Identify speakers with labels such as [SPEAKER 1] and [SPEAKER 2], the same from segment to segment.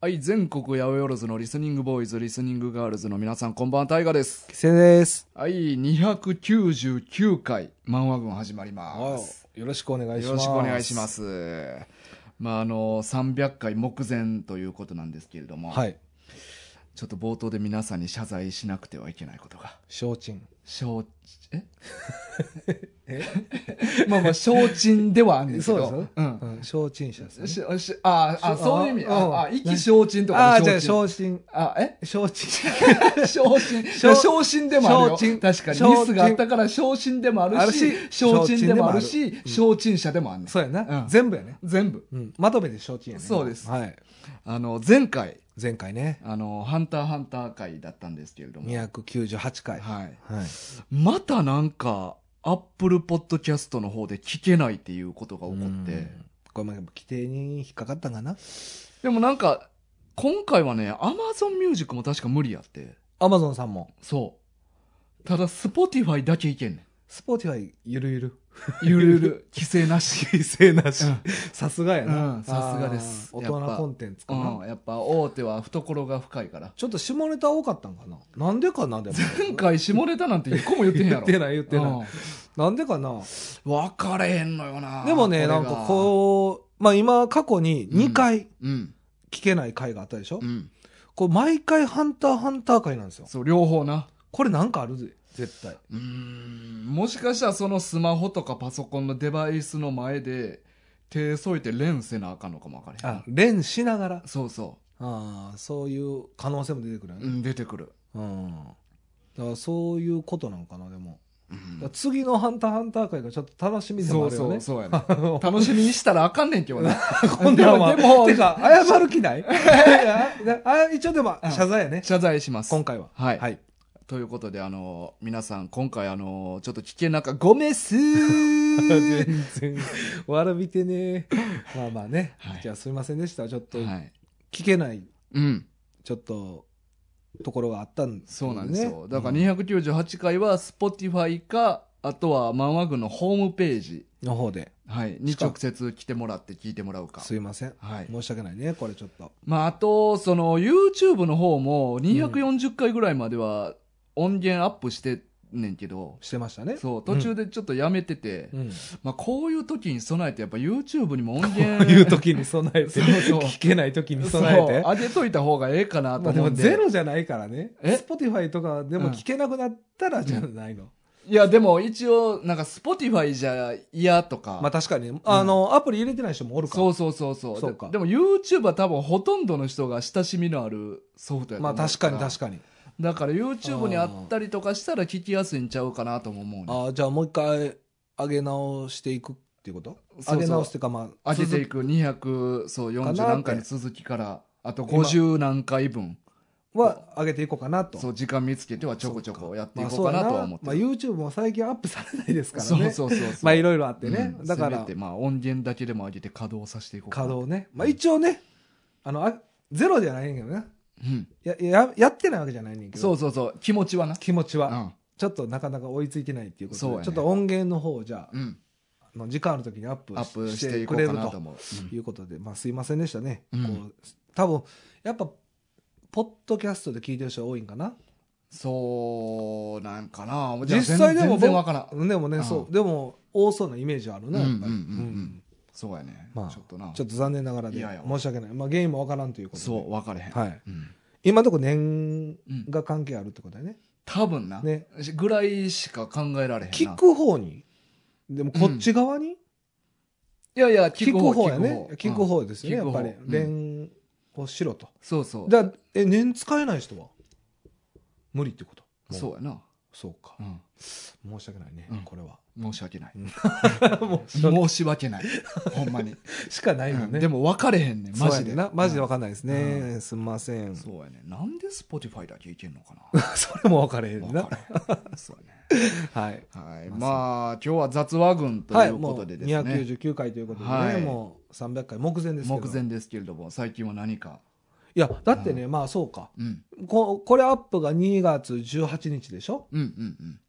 [SPEAKER 1] はい、全国八百万のリスニングボーイズ、リスニングガールズの皆さん、こんばんは、タイガです。
[SPEAKER 2] 規制です。
[SPEAKER 1] はい、299回、漫画軍始まります。
[SPEAKER 2] よろしくお願いします。
[SPEAKER 1] よろしくお願いしま。す。まあ、あの、300回目前ということなんですけれども、
[SPEAKER 2] はい。
[SPEAKER 1] ちょっと冒頭で皆さんに謝罪しなくてはいけないことが。
[SPEAKER 2] 承知。
[SPEAKER 1] 承知、 え まあまあ、承知ではあるんですけど。ん。
[SPEAKER 2] うん。承知者ですね。
[SPEAKER 1] ししあーあ、そういう意味。
[SPEAKER 2] あうん
[SPEAKER 1] あ、あ、意気消沈と
[SPEAKER 2] あ
[SPEAKER 1] か
[SPEAKER 2] あ、
[SPEAKER 1] の
[SPEAKER 2] じゃあ、
[SPEAKER 1] 消
[SPEAKER 2] 承知。
[SPEAKER 1] あ、え
[SPEAKER 2] 承知。
[SPEAKER 1] 昇進。
[SPEAKER 2] 昇
[SPEAKER 1] 昇進でもあるよ。
[SPEAKER 2] 昇進
[SPEAKER 1] 確かに。
[SPEAKER 2] 昇進
[SPEAKER 1] ミスがあったから昇進でもあ
[SPEAKER 2] あ
[SPEAKER 1] る
[SPEAKER 2] る
[SPEAKER 1] し
[SPEAKER 2] し、
[SPEAKER 1] 昇進でもある
[SPEAKER 2] 昇進で
[SPEAKER 1] し、昇進者でもあるね。
[SPEAKER 2] そうや
[SPEAKER 1] う
[SPEAKER 2] な。
[SPEAKER 1] ん
[SPEAKER 2] 全部やね。
[SPEAKER 1] 全部。
[SPEAKER 2] うん。まとめて承知やね。
[SPEAKER 1] そうです
[SPEAKER 2] はい。
[SPEAKER 1] あの、前回、
[SPEAKER 2] 前回ね、
[SPEAKER 1] あの、ハンターハンター会だったんですけれども。
[SPEAKER 2] 298回。は
[SPEAKER 1] はい。
[SPEAKER 2] い。
[SPEAKER 1] またなんか、アップルポッドキャストの方で聞けないっていうことが起こって。
[SPEAKER 2] うん。これまで規定に引っかかったんかな
[SPEAKER 1] でもなんか、今回はね、アマゾンミュージックも確か無理やって。
[SPEAKER 2] アマゾンさんも。
[SPEAKER 1] そう。ただ、スポティファイだけいけんね
[SPEAKER 2] スポーティファイ、ゆるゆる。
[SPEAKER 1] ん。ゆるゆる、 規制なし。
[SPEAKER 2] 規制なし
[SPEAKER 1] うん
[SPEAKER 2] さすがやな。
[SPEAKER 1] うんさすがです
[SPEAKER 2] あー
[SPEAKER 1] やっぱ
[SPEAKER 2] 大人コンテンツかな。
[SPEAKER 1] うん、やっぱ大手は懐が深いから
[SPEAKER 2] ちょっと下ネタ多かったんかななんでかなでも。
[SPEAKER 1] 前回下ネタなんて一個も言ってへんや
[SPEAKER 2] 言っ
[SPEAKER 1] ろ
[SPEAKER 2] てない言ってない。
[SPEAKER 1] い、
[SPEAKER 2] なんでかな
[SPEAKER 1] うん分かれへんのよな
[SPEAKER 2] でもね、
[SPEAKER 1] これ
[SPEAKER 2] な
[SPEAKER 1] が
[SPEAKER 2] んかこう、まあ今過去に2回
[SPEAKER 1] うん
[SPEAKER 2] 聞けない回があったでしょ、
[SPEAKER 1] うん
[SPEAKER 2] こう毎回ハンターハンター回なんですよ。
[SPEAKER 1] そう両方な
[SPEAKER 2] これなんかあるぜ、絶対。
[SPEAKER 1] うーんもしかしたらそのスマホとかパソコンのデバイスの前で手添えて連せなあかんのかも分からへん
[SPEAKER 2] あ、連しながら。
[SPEAKER 1] そうそ
[SPEAKER 2] ああ、そういう可能性も出てくるよ
[SPEAKER 1] う、う
[SPEAKER 2] ね。
[SPEAKER 1] ん、出てくる、
[SPEAKER 2] うん。だからそういうことなんかな、でも。
[SPEAKER 1] うん
[SPEAKER 2] だから次のハンターハンター回がちょっと楽しみで
[SPEAKER 1] そ
[SPEAKER 2] もあ
[SPEAKER 1] う
[SPEAKER 2] る
[SPEAKER 1] そ
[SPEAKER 2] よ
[SPEAKER 1] う
[SPEAKER 2] ね。
[SPEAKER 1] そうやね 楽しみにしたらあかんねん今日はな
[SPEAKER 2] 今度は、
[SPEAKER 1] でもでも
[SPEAKER 2] てか、 謝る気 ないいやあ一応でも謝罪やね。
[SPEAKER 1] 謝罪します
[SPEAKER 2] 今回は。
[SPEAKER 1] はい
[SPEAKER 2] はい。
[SPEAKER 1] ということで、あの、皆さん、今回、あの、ちょっと危険なか、ごめっす
[SPEAKER 2] 全然、笑びてね。まあまあね。
[SPEAKER 1] はい
[SPEAKER 2] じゃあすいませんでした。ちょっと、
[SPEAKER 1] はい。
[SPEAKER 2] 聞けない、
[SPEAKER 1] うん。
[SPEAKER 2] ちょっと、ところがあったん
[SPEAKER 1] そうなんですよ。だから
[SPEAKER 2] うん
[SPEAKER 1] 298回は、Spotify か、あとは、漫画軍のホームページ、
[SPEAKER 2] の方で、
[SPEAKER 1] はい、に
[SPEAKER 2] しか
[SPEAKER 1] 直接来てもらって聞いてもらうか。
[SPEAKER 2] すいません。
[SPEAKER 1] はい。
[SPEAKER 2] 申し訳ないね、これちょっと。
[SPEAKER 1] まあ、あと、その、YouTube の方も、240回ぐらいまでは、音源アップしてんねんけど、
[SPEAKER 2] してましたね。
[SPEAKER 1] そう、途中でちょっとやめてて、
[SPEAKER 2] うん。
[SPEAKER 1] まあ、こういう時に備えて、やっぱ YouTube にも音源、
[SPEAKER 2] こういう時に備えて、
[SPEAKER 1] そうそう
[SPEAKER 2] 聞けない時に
[SPEAKER 1] そう、
[SPEAKER 2] 備えて。
[SPEAKER 1] 上げといた方がええかなと
[SPEAKER 2] まあで
[SPEAKER 1] 思う
[SPEAKER 2] も
[SPEAKER 1] んで。
[SPEAKER 2] ゼロじゃないからね。
[SPEAKER 1] え
[SPEAKER 2] Spotify とかでも聞けなくなったらじゃないの。
[SPEAKER 1] いや、でも一応、なんか Spotify じゃ嫌とか。
[SPEAKER 2] まあ確かに、あの、アプリ入れてない人もおるから
[SPEAKER 1] そうそうそうそう。
[SPEAKER 2] そうか
[SPEAKER 1] ででも YouTube は多分ほとんどの人が親しみのあるソフトやと
[SPEAKER 2] ま
[SPEAKER 1] 思
[SPEAKER 2] あ
[SPEAKER 1] う
[SPEAKER 2] 確かに確かに。
[SPEAKER 1] だから YouTube にあったりとかしたら聞きやすいんちゃうかなとも思うね。
[SPEAKER 2] ああ、じゃあもう一回上げ直していくっていうこと
[SPEAKER 1] そうそう
[SPEAKER 2] 上げ直すっていうかまあ、
[SPEAKER 1] 上げてい
[SPEAKER 2] く
[SPEAKER 1] く200、そう、
[SPEAKER 2] かなっ
[SPEAKER 1] 40
[SPEAKER 2] て
[SPEAKER 1] 何回の続きから、あと50何回分、
[SPEAKER 2] は上げていこうかなと。
[SPEAKER 1] そう、時間見つけてはちょこちょこやってい
[SPEAKER 2] まあ
[SPEAKER 1] こう
[SPEAKER 2] そう
[SPEAKER 1] か
[SPEAKER 2] や
[SPEAKER 1] なとは思って
[SPEAKER 2] まあ
[SPEAKER 1] る。
[SPEAKER 2] YouTube も最近アップされないですからね。
[SPEAKER 1] そうそうそうそう。
[SPEAKER 2] まあいろいろあってね。
[SPEAKER 1] うん
[SPEAKER 2] だか
[SPEAKER 1] せめ
[SPEAKER 2] ら
[SPEAKER 1] て、まあ音源だけでも上げて稼働させていこうかな
[SPEAKER 2] 稼働ね。まあ一応ね、あの、あゼロじゃないんやけどね。
[SPEAKER 1] うん。
[SPEAKER 2] や、や、やってないわけじゃないねんけど。
[SPEAKER 1] そうそうそう、気持ちはな。
[SPEAKER 2] 気持ちは。
[SPEAKER 1] うん。
[SPEAKER 2] ちょっとなかなか追いついてないっていうこと
[SPEAKER 1] そう
[SPEAKER 2] で、
[SPEAKER 1] やね
[SPEAKER 2] ちょっと音源の方をじゃあ、
[SPEAKER 1] うん。
[SPEAKER 2] あの時間ある時にアップ
[SPEAKER 1] アップ
[SPEAKER 2] し
[SPEAKER 1] して
[SPEAKER 2] て
[SPEAKER 1] い
[SPEAKER 2] く
[SPEAKER 1] こう
[SPEAKER 2] れ
[SPEAKER 1] か
[SPEAKER 2] る
[SPEAKER 1] なと
[SPEAKER 2] と
[SPEAKER 1] 思う。
[SPEAKER 2] いうことで、まあ、すいませんでしたね、
[SPEAKER 1] うん
[SPEAKER 2] こう多分やっぱポッドキャストで聞いてる人が多いんかな
[SPEAKER 1] そうなんかな。
[SPEAKER 2] 実際でも
[SPEAKER 1] 全然わからん。
[SPEAKER 2] でもね、
[SPEAKER 1] うん
[SPEAKER 2] そうでも多そうなイメージはあるなやっぱり、
[SPEAKER 1] うんうんうんうんそうやね。
[SPEAKER 2] まあ
[SPEAKER 1] ちょっとな。
[SPEAKER 2] ちょっと残念ながらで
[SPEAKER 1] いやいや
[SPEAKER 2] 申し訳ない、まあ、原因もわからんということで
[SPEAKER 1] そう、分かれへん。
[SPEAKER 2] はい、
[SPEAKER 1] うん
[SPEAKER 2] 今のところ年
[SPEAKER 1] うん
[SPEAKER 2] が関係あるってことだよね、
[SPEAKER 1] 多分な。
[SPEAKER 2] ね
[SPEAKER 1] ぐらいしか考えられへんな。
[SPEAKER 2] 聞く方にでもこっち側に、
[SPEAKER 1] いやいや、
[SPEAKER 2] 聞く方やね聞く
[SPEAKER 1] うん
[SPEAKER 2] 方ですよね
[SPEAKER 1] 聞
[SPEAKER 2] や
[SPEAKER 1] く
[SPEAKER 2] っ
[SPEAKER 1] 方
[SPEAKER 2] ぱり
[SPEAKER 1] うん
[SPEAKER 2] 連をしろと、
[SPEAKER 1] そうそう。
[SPEAKER 2] だえ年使えない人は無理ってこと
[SPEAKER 1] そうやな。
[SPEAKER 2] そうか
[SPEAKER 1] うん
[SPEAKER 2] 申し訳ないね、
[SPEAKER 1] うん
[SPEAKER 2] これは
[SPEAKER 1] 申し訳ない。
[SPEAKER 2] も う
[SPEAKER 1] 申し訳ない。ほんまに。
[SPEAKER 2] しかないよ
[SPEAKER 1] うん
[SPEAKER 2] ね、
[SPEAKER 1] でも分かれへんねん、マ
[SPEAKER 2] そうや
[SPEAKER 1] ジ
[SPEAKER 2] ね
[SPEAKER 1] で
[SPEAKER 2] んな。マジで分
[SPEAKER 1] 分
[SPEAKER 2] かんないですね、すんませんそ
[SPEAKER 1] そうやね。なんで Spotify だけいけんの かな。
[SPEAKER 2] れも分かれへん
[SPEAKER 1] 分
[SPEAKER 2] な
[SPEAKER 1] かれへん。そうやね。
[SPEAKER 2] はい、
[SPEAKER 1] はい、
[SPEAKER 2] まあ
[SPEAKER 1] まあ今日は雑話群と
[SPEAKER 2] はいいうも
[SPEAKER 1] こ
[SPEAKER 2] う
[SPEAKER 1] とでですね、
[SPEAKER 2] 299回ということでね、
[SPEAKER 1] はい
[SPEAKER 2] もう300回目前ですけど
[SPEAKER 1] 目前ですけれども最近は何か、
[SPEAKER 2] いやだってね、まあそうか
[SPEAKER 1] うん、
[SPEAKER 2] ここれアップが2月18日でしょ
[SPEAKER 1] うんうんうん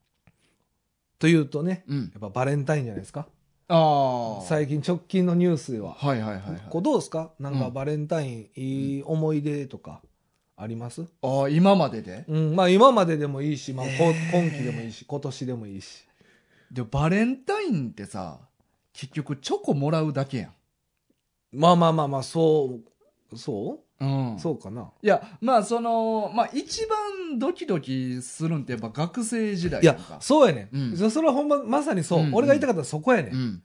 [SPEAKER 2] というとね
[SPEAKER 1] うん
[SPEAKER 2] やっぱバレンタインじゃないですか
[SPEAKER 1] ああ
[SPEAKER 2] 最近直近のニュースでは、
[SPEAKER 1] はいはいはい、はい、
[SPEAKER 2] こうどうですかなんか
[SPEAKER 1] うん
[SPEAKER 2] バレンタインいい思い出とかあります、
[SPEAKER 1] ああ今までで
[SPEAKER 2] うんまあ、今まででもいいし、まあ、こ今期でもいいし今年でもいいし
[SPEAKER 1] でバレンタインってさ結局チョコもらうだけや
[SPEAKER 2] まあまあまあまあそうそ
[SPEAKER 1] ん、う
[SPEAKER 2] う、
[SPEAKER 1] ん、
[SPEAKER 2] そうかない
[SPEAKER 1] やまあそのまあ一番ドキドキするんってやっぱ学生時代
[SPEAKER 2] い
[SPEAKER 1] やん
[SPEAKER 2] や
[SPEAKER 1] か
[SPEAKER 2] そうやねん、
[SPEAKER 1] うん
[SPEAKER 2] そそれはほんままさにそう、
[SPEAKER 1] うんうん
[SPEAKER 2] 俺が言いたかったのはそこやねん、
[SPEAKER 1] うん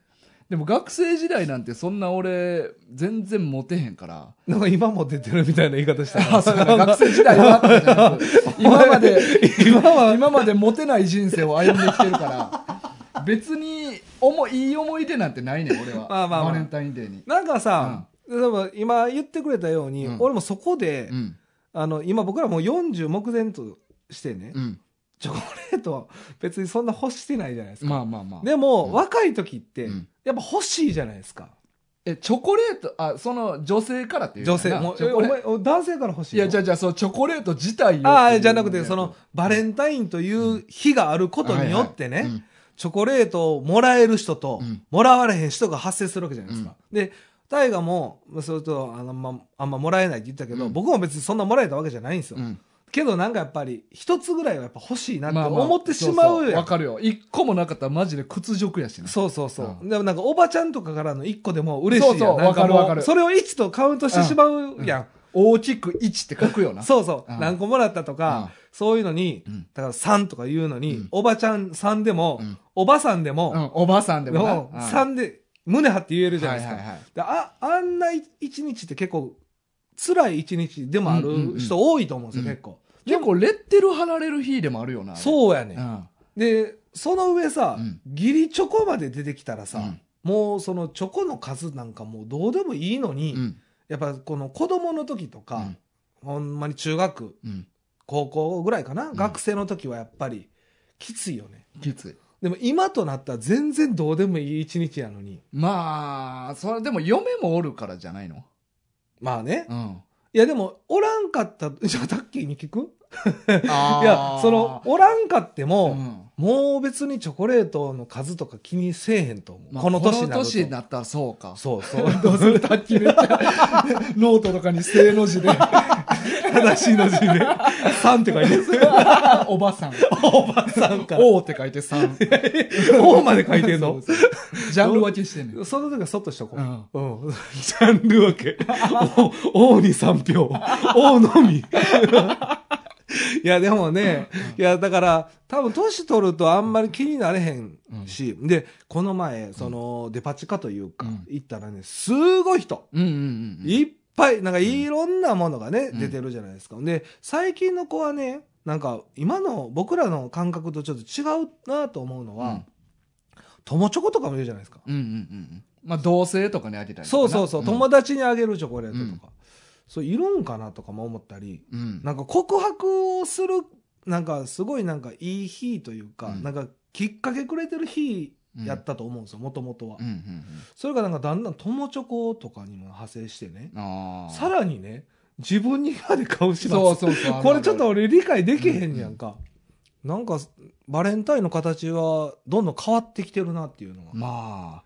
[SPEAKER 1] でも学生時代なんてそんな俺全然モテへんから
[SPEAKER 2] なんか今も出てるみたいな言い方したな
[SPEAKER 1] あ そうだね学生時代はとかじゃなく今まで
[SPEAKER 2] 今は
[SPEAKER 1] 今までモテない人生を歩んできてるから別に思いいい思い出なんてないねん俺は
[SPEAKER 2] まあまあまあ
[SPEAKER 1] バレンタインデーに、
[SPEAKER 2] なんかさ、でも今言ってくれたように、
[SPEAKER 1] うん
[SPEAKER 2] 俺もそこで、
[SPEAKER 1] うん
[SPEAKER 2] あの今僕らもう40目前としてね、
[SPEAKER 1] うん、
[SPEAKER 2] チョコレートは別にそんな欲してないじゃないですか、
[SPEAKER 1] まあまあまあ
[SPEAKER 2] でも、
[SPEAKER 1] うん
[SPEAKER 2] 若い時って、
[SPEAKER 1] うん
[SPEAKER 2] やっぱ欲しいじゃないですか
[SPEAKER 1] えチョコレートあその女性からっていう
[SPEAKER 2] 女性
[SPEAKER 1] な
[SPEAKER 2] もう
[SPEAKER 1] チ
[SPEAKER 2] え
[SPEAKER 1] ョコ
[SPEAKER 2] お
[SPEAKER 1] レート
[SPEAKER 2] 前お男性から欲しい
[SPEAKER 1] い
[SPEAKER 2] よ
[SPEAKER 1] やじゃあじゃあそのチョコレート自体を
[SPEAKER 2] ああじゃ
[SPEAKER 1] って
[SPEAKER 2] な
[SPEAKER 1] いう
[SPEAKER 2] くてそのバレ
[SPEAKER 1] ン
[SPEAKER 2] ンタインという日があることによってね、
[SPEAKER 1] はいはい
[SPEAKER 2] チョコレートをもらえる人と、
[SPEAKER 1] うん
[SPEAKER 2] もらわれへん人が発生するわけじゃないですか。で、大河も、まあそれとあの、まあ、あんまもらえないって言ったけど、
[SPEAKER 1] うん
[SPEAKER 2] 僕も別にそんなもらえたわけじゃないんですよ。
[SPEAKER 1] うんうん
[SPEAKER 2] けどなんかやっぱり、一つぐらいはやっぱ欲しいなって
[SPEAKER 1] まあまあ
[SPEAKER 2] 思ってしま
[SPEAKER 1] そ
[SPEAKER 2] う
[SPEAKER 1] そ
[SPEAKER 2] や
[SPEAKER 1] わ
[SPEAKER 2] ん。
[SPEAKER 1] かるよ一個もなかったらマジで屈辱やしな
[SPEAKER 2] そうそうそう。
[SPEAKER 1] う
[SPEAKER 2] でもなんかおばちゃんとかからの一個でも嬉しいやん。
[SPEAKER 1] そうそう
[SPEAKER 2] なんも
[SPEAKER 1] わかるわかる
[SPEAKER 2] それを1とカウントしてしまうやん。
[SPEAKER 1] 大きく1って書くよな
[SPEAKER 2] そうそう、
[SPEAKER 1] うん
[SPEAKER 2] 何個もらったとか、そういうのに、
[SPEAKER 1] うん
[SPEAKER 2] だから3とか言うのに、
[SPEAKER 1] うん
[SPEAKER 2] おばちゃん3でも、
[SPEAKER 1] うん
[SPEAKER 2] おばさんでも、
[SPEAKER 1] うんおばさんでもなうん
[SPEAKER 2] 3で胸張って言えるじゃないですか、
[SPEAKER 1] はいはいはい
[SPEAKER 2] でああんな一日って結構辛い一日でもあ
[SPEAKER 1] うんうんうん
[SPEAKER 2] る人多いと思うんですよ、
[SPEAKER 1] うん
[SPEAKER 2] 結構
[SPEAKER 1] 結構レッテル貼られる日でもあるよなう
[SPEAKER 2] そうやね、ん、
[SPEAKER 1] ん
[SPEAKER 2] でその上さ、
[SPEAKER 1] うん
[SPEAKER 2] 義理チョコまで出てきたらさ、
[SPEAKER 1] うん
[SPEAKER 2] もうそのチョコの数なんかもうどうでもいいのに、
[SPEAKER 1] うん
[SPEAKER 2] やっぱこの子供の時とか、
[SPEAKER 1] うん
[SPEAKER 2] ほんまに中学
[SPEAKER 1] うん
[SPEAKER 2] 高校ぐらいかな、
[SPEAKER 1] ん
[SPEAKER 2] 学生の時はやっぱりきついよね
[SPEAKER 1] きつい
[SPEAKER 2] でも今となったら全然どうでもいい一日やのに
[SPEAKER 1] まあそれでも嫁もおるからじゃないの
[SPEAKER 2] まあね
[SPEAKER 1] うん
[SPEAKER 2] いやでもおらんかったじゃあタッキーに聞く
[SPEAKER 1] あー
[SPEAKER 2] いやそのおらんかって
[SPEAKER 1] う
[SPEAKER 2] も、
[SPEAKER 1] ん
[SPEAKER 2] もう別にチョコレートの数とか気にせえへんと思う、
[SPEAKER 1] まあ
[SPEAKER 2] この年に
[SPEAKER 1] こ
[SPEAKER 2] な
[SPEAKER 1] の
[SPEAKER 2] ると
[SPEAKER 1] 年になったらそうか
[SPEAKER 2] そうそう
[SPEAKER 1] どうする卓球めっちゃノートとかに正の字で
[SPEAKER 2] 正しいの字で3って書いてる
[SPEAKER 1] おばさん
[SPEAKER 2] おばさんから
[SPEAKER 1] 王って書いて3
[SPEAKER 2] O まで書いてんの
[SPEAKER 1] そうそうジャンル分けしてんねん
[SPEAKER 2] その時はそっとしとこう、
[SPEAKER 1] うん
[SPEAKER 2] うんジャンル分け。王に3票。王のみ。 いや、でもね、いや、だから、多分、年取るとあんまり気になれへんし、で、この前、その、デパ地下というか、
[SPEAKER 1] うん
[SPEAKER 2] 行ったらね、すごい人。
[SPEAKER 1] うんうんうん
[SPEAKER 2] いっぱい、なんか、いろんなものがね、
[SPEAKER 1] うん
[SPEAKER 2] 出てるじゃないですか。で、最近の子はね、なんか、今の僕らの感覚とちょっと違うなと思うのは、友チョコとかもいるじゃないですか。
[SPEAKER 1] うんうんうんうんまあ同性とかにあげたりとか
[SPEAKER 2] そ
[SPEAKER 1] な
[SPEAKER 2] うそうそう、
[SPEAKER 1] ん
[SPEAKER 2] 友達にあげるチョコレートとか、
[SPEAKER 1] うん
[SPEAKER 2] そういるんかなとかも思ったり
[SPEAKER 1] うん
[SPEAKER 2] なんか告白をするなんかすごいなんかいい日というか、
[SPEAKER 1] うん
[SPEAKER 2] なんかきっかけくれてる日
[SPEAKER 1] うん
[SPEAKER 2] やったと思うんですよもともとは、
[SPEAKER 1] うんうん
[SPEAKER 2] それがなんかだんだん友チョコとかにも派生してね
[SPEAKER 1] うんあー
[SPEAKER 2] さらにね自分にまで顔します
[SPEAKER 1] そうそうそう
[SPEAKER 2] これちょっと
[SPEAKER 1] あ
[SPEAKER 2] 俺理解できへんやんか、なんかバレンタインの形はどんどん変わってきてるなっていうのが、
[SPEAKER 1] るまあ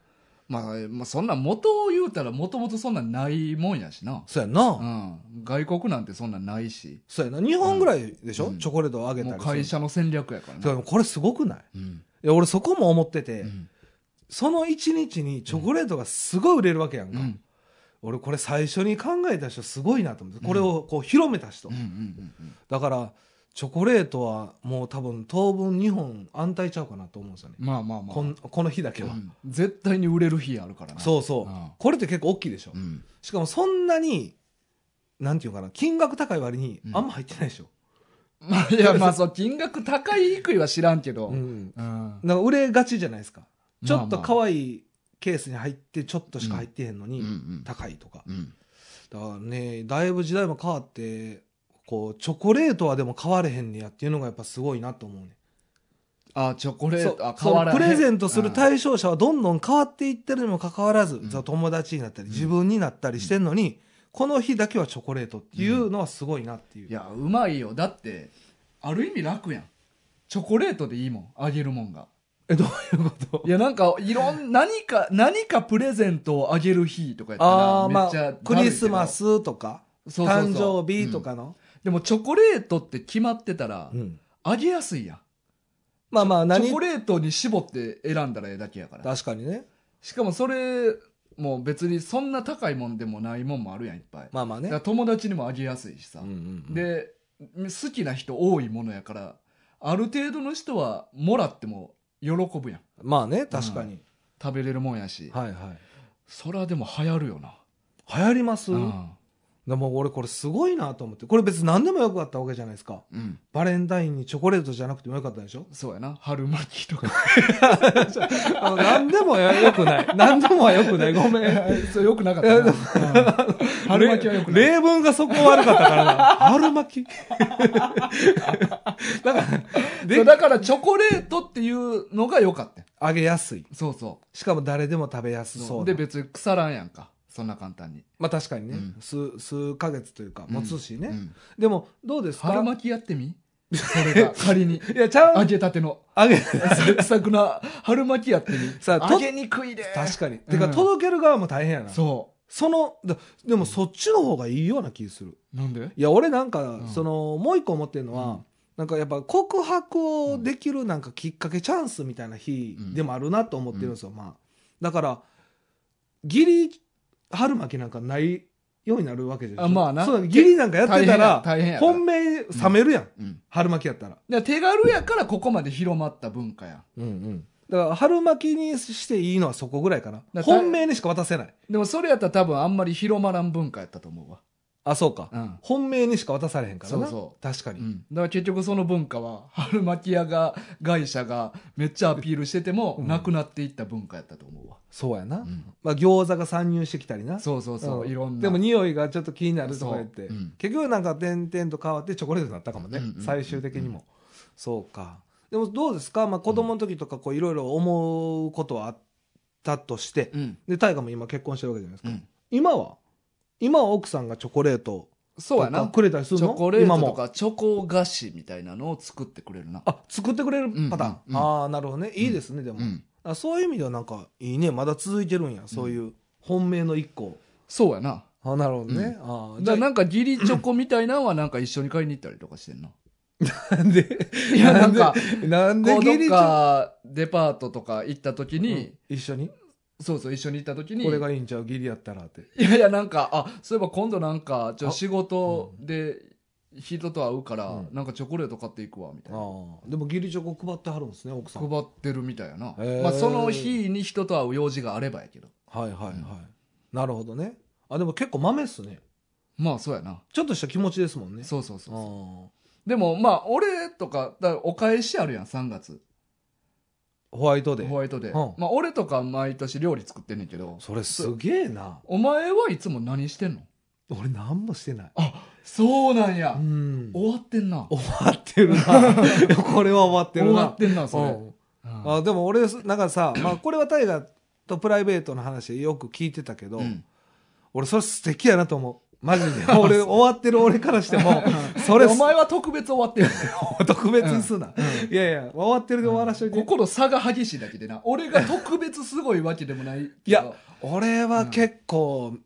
[SPEAKER 1] まあまあそんなん元を言うたらもともとそんなんないもんやしな
[SPEAKER 2] そうやんな、
[SPEAKER 1] うん外国なんてそんなんないし
[SPEAKER 2] そうやな2本ぐらいでしょ、
[SPEAKER 1] うん
[SPEAKER 2] チョコレートをあげた
[SPEAKER 1] も
[SPEAKER 2] り
[SPEAKER 1] う
[SPEAKER 2] する
[SPEAKER 1] 会社の戦略やから
[SPEAKER 2] で
[SPEAKER 1] な
[SPEAKER 2] もこれすごくない
[SPEAKER 1] うん
[SPEAKER 2] いや俺そこも思ってて、
[SPEAKER 1] うん
[SPEAKER 2] その一日にチョコレートがすごい売れるわけやん
[SPEAKER 1] う
[SPEAKER 2] か、
[SPEAKER 1] ん
[SPEAKER 2] 俺これ最初に考えた人すごいなと思ってこれをこう広めた人、
[SPEAKER 1] うんうんうん
[SPEAKER 2] だからチョコレートはもう多分当分2本安泰ちゃうかなと思うんですよね、
[SPEAKER 1] まあまあまあ
[SPEAKER 2] こんこの日だけ
[SPEAKER 1] う
[SPEAKER 2] は、
[SPEAKER 1] ん絶対に売れる日あるからな
[SPEAKER 2] そうそう、
[SPEAKER 1] うん
[SPEAKER 2] これって結構大きいでしょ、
[SPEAKER 1] うん
[SPEAKER 2] しかもそんなになんていうかな金額高い割に
[SPEAKER 1] うん
[SPEAKER 2] あんま入ってないでしょ、
[SPEAKER 1] まあいやまあそう金額高い低いは知らんけど
[SPEAKER 2] うん
[SPEAKER 1] うん
[SPEAKER 2] なんか売れがちじゃないですかちょっと
[SPEAKER 1] か
[SPEAKER 2] 可
[SPEAKER 1] わ
[SPEAKER 2] 愛いケースに入ってちょっとしか入ってへんのに、
[SPEAKER 1] いうん
[SPEAKER 2] 高いとか
[SPEAKER 1] うんうん
[SPEAKER 2] だからねだいぶ時代も変わってこうチョコレートはでも変われへんねやっていうのがやっぱすごいなと思うね
[SPEAKER 1] あチョコレー
[SPEAKER 2] そう
[SPEAKER 1] トあ
[SPEAKER 2] そ
[SPEAKER 1] 変わら
[SPEAKER 2] の
[SPEAKER 1] へん
[SPEAKER 2] プレゼントする
[SPEAKER 1] イ
[SPEAKER 2] 対象者はどんどん変わっていってるにもかかわらず、
[SPEAKER 1] ん
[SPEAKER 2] その友達になったり
[SPEAKER 1] うん
[SPEAKER 2] 自分になったりしてんのに、この日だけはチョコレートっていうのはすごいなっていう、
[SPEAKER 1] いやうまいよだってある意味楽やんチョコレートでいいもんあげるもんが
[SPEAKER 2] え、どういうこと
[SPEAKER 1] いやなんかいろ ん何か何かプレゼントをあげる日とかやった
[SPEAKER 2] あ
[SPEAKER 1] ら
[SPEAKER 2] あ、
[SPEAKER 1] め
[SPEAKER 2] ま
[SPEAKER 1] っちゃだ
[SPEAKER 2] あ
[SPEAKER 1] るい、け
[SPEAKER 2] ク
[SPEAKER 1] ど
[SPEAKER 2] リスマスとか、
[SPEAKER 1] そうそうそう
[SPEAKER 2] 誕生日と
[SPEAKER 1] うん
[SPEAKER 2] かの。
[SPEAKER 1] でもチョコレートって決まってたら
[SPEAKER 2] うん
[SPEAKER 1] あげやすいやん
[SPEAKER 2] まあまあ、
[SPEAKER 1] チョ
[SPEAKER 2] 何
[SPEAKER 1] コ、レートに絞って選んだらええだけやから
[SPEAKER 2] 確かにね。
[SPEAKER 1] しかもそれも別にそんな高いもんでもないもんもあるやんいっぱい、
[SPEAKER 2] まあまあ
[SPEAKER 1] だから
[SPEAKER 2] ね。
[SPEAKER 1] 友達にもあげやすいしさ、
[SPEAKER 2] うんうんうん、
[SPEAKER 1] で好きな人多いものやからある程度の人はもらっても喜ぶやん
[SPEAKER 2] まあね、確かに。
[SPEAKER 1] 食べれるもんやし、
[SPEAKER 2] はいはい。
[SPEAKER 1] そらでも流行るよな、
[SPEAKER 2] 流行ります、
[SPEAKER 1] うん
[SPEAKER 2] でも俺これすごいなと思って。これ別に何でもよかったわけじゃないですか。
[SPEAKER 1] うん、
[SPEAKER 2] バレンタインにチョコレートじゃなくてもよかったでしょ
[SPEAKER 1] そうやな春巻きとか
[SPEAKER 2] あの何でもよくない。何でもはよくない。ごめん。
[SPEAKER 1] そうよくなかったな、うん春巻きはよくない
[SPEAKER 2] 例文がそこ悪かったからな。春巻き だから、
[SPEAKER 1] そう
[SPEAKER 2] で、
[SPEAKER 1] だからチョコレートっていうのが良かったよ
[SPEAKER 2] あげやすい。
[SPEAKER 1] そうそ
[SPEAKER 2] しかも誰でも食べや
[SPEAKER 1] う
[SPEAKER 2] すそう
[SPEAKER 1] で
[SPEAKER 2] な。
[SPEAKER 1] 別に腐らんやんかそんな簡単に、
[SPEAKER 2] まあ確かにね、
[SPEAKER 1] うん
[SPEAKER 2] 数、数ヶ月というか、
[SPEAKER 1] うん
[SPEAKER 2] 持つしね。
[SPEAKER 1] うん
[SPEAKER 2] でも、どうですか
[SPEAKER 1] 春巻きやってみそれ が仮に
[SPEAKER 2] いや、ちゃ
[SPEAKER 1] 揚
[SPEAKER 2] う、
[SPEAKER 1] げたて の
[SPEAKER 2] あげ、
[SPEAKER 1] サクサクな春巻きやってみ
[SPEAKER 2] さあと
[SPEAKER 1] 揚げにくいで
[SPEAKER 2] 確かに。
[SPEAKER 1] うん
[SPEAKER 2] てか、届ける側も大変やな。
[SPEAKER 1] そ
[SPEAKER 2] その、だでもそっちの方がいいような気する。
[SPEAKER 1] うなんで
[SPEAKER 2] いや、俺なんか、
[SPEAKER 1] ん
[SPEAKER 2] その、もう一個思ってるのは、
[SPEAKER 1] うん
[SPEAKER 2] なんかやっぱ告白をできるなんかきっかけチャンスみたいな日でもあるなと思ってるんですよ、まあ。だから、ギリ春巻きなんかないようになるわけじゃない
[SPEAKER 1] あまあな
[SPEAKER 2] そうギリなんかやってたら、
[SPEAKER 1] 大変や大変やから
[SPEAKER 2] 本命冷めるやん、
[SPEAKER 1] うん
[SPEAKER 2] 春巻きやったら。
[SPEAKER 1] で手軽やからここまで広まった文化や
[SPEAKER 2] だから春巻きにしていいのはそこぐらいかな。
[SPEAKER 1] ら
[SPEAKER 2] 本命にしか渡せない。
[SPEAKER 1] でもそれやったら多分あんまり広まらん文化やったと思うわ
[SPEAKER 2] あ、そうか。
[SPEAKER 1] うん、
[SPEAKER 2] 本命にしか渡されへんからな。
[SPEAKER 1] そうそう
[SPEAKER 2] 確かに。
[SPEAKER 1] だから結局その文化は春巻き屋が会社がめっちゃアピールしてても
[SPEAKER 2] うん
[SPEAKER 1] なくなっていった文化やったと思うわ、
[SPEAKER 2] そうやな。
[SPEAKER 1] うん
[SPEAKER 2] まあ、餃子が参入してきたりな。
[SPEAKER 1] そうそうそう、
[SPEAKER 2] うん
[SPEAKER 1] いろんな
[SPEAKER 2] でも匂いがちょっと気になるとか言って、
[SPEAKER 1] そううん
[SPEAKER 2] 結局なんか点々と変わってチョコレートになったかもね、
[SPEAKER 1] うんうんうん
[SPEAKER 2] 最終的にも、そうかでもどうですか、まあ、子供の時とかこういろいろ思うことはあったとして、
[SPEAKER 1] うん
[SPEAKER 2] で大我も今結婚してるわけじゃないです
[SPEAKER 1] う
[SPEAKER 2] か、
[SPEAKER 1] ん
[SPEAKER 2] 今は今は奥さんがチョコレート
[SPEAKER 1] そう
[SPEAKER 2] と
[SPEAKER 1] や
[SPEAKER 2] か
[SPEAKER 1] な
[SPEAKER 2] くれたりす
[SPEAKER 1] チ
[SPEAKER 2] るの
[SPEAKER 1] ョコレー
[SPEAKER 2] 今
[SPEAKER 1] トと
[SPEAKER 2] も
[SPEAKER 1] かチョコ菓子みたいなのを作ってくれるな
[SPEAKER 2] あ作ってくれるパターン、
[SPEAKER 1] うんうんうん
[SPEAKER 2] ああなるほどねいいですね、でも、
[SPEAKER 1] うん
[SPEAKER 2] あそういう意味ではなんかいいねまだ続いてるんやそういう本命の一個、
[SPEAKER 1] そうやな
[SPEAKER 2] あなるほどね、あー
[SPEAKER 1] だからなんか義理チョコみたいなのはなんか一緒に買いに行ったりとかしてんな
[SPEAKER 2] なんで
[SPEAKER 1] いやなんか
[SPEAKER 2] なんで
[SPEAKER 1] こう
[SPEAKER 2] ギ
[SPEAKER 1] どっ
[SPEAKER 2] リチョ
[SPEAKER 1] かデパートとか行った時に、
[SPEAKER 2] 一緒に
[SPEAKER 1] そうそう一緒に行った時に
[SPEAKER 2] これがいいんちゃうギリやったらって
[SPEAKER 1] いやいやなんかあそういえば今度なんかちょ
[SPEAKER 2] あ
[SPEAKER 1] 仕事で人と会うから、
[SPEAKER 2] うん
[SPEAKER 1] なんかチョコレート買っていくわみたいな
[SPEAKER 2] でもギリチョコ配ってはるんですね奥さん
[SPEAKER 1] 配
[SPEAKER 2] はい
[SPEAKER 1] ってるみたいやな、
[SPEAKER 2] へー
[SPEAKER 1] まあ、その日に人と会う用事があればやけど
[SPEAKER 2] はいはい、なるほどねあでも結構豆っすね
[SPEAKER 1] まあそうやな
[SPEAKER 2] ちょっとした気持ちですもんね
[SPEAKER 1] そうそうそうそう
[SPEAKER 2] あ
[SPEAKER 1] でもまあ俺とかだからお返しあるやん3月
[SPEAKER 2] ーホワイトデ
[SPEAKER 1] ホ
[SPEAKER 2] ー
[SPEAKER 1] ワイトデー、
[SPEAKER 2] うん
[SPEAKER 1] まあ、俺とか毎年料理作ってんねんけど
[SPEAKER 2] それすげえな
[SPEAKER 1] お前はいつも何してんの
[SPEAKER 2] 俺何もしてない
[SPEAKER 1] そうなんや、
[SPEAKER 2] ん終
[SPEAKER 1] 終わってんな
[SPEAKER 2] わって るなこれは終わってる
[SPEAKER 1] 終
[SPEAKER 2] な
[SPEAKER 1] わってんなそれ、
[SPEAKER 2] うん
[SPEAKER 1] うん
[SPEAKER 2] あでも俺なんかさ、まあ、これは大我とプライベートの話でよく聞いてたけど、
[SPEAKER 1] うん
[SPEAKER 2] 俺それ素敵やなと思うマジ で俺終わってる俺からしてもそれ
[SPEAKER 1] お前は特別終わってる
[SPEAKER 2] 特別にすんな、いやいや終わってるで 終わらしといて、
[SPEAKER 1] 心差が激しいだけでな俺が特別すごいわけでもないけど
[SPEAKER 2] いや俺は結構、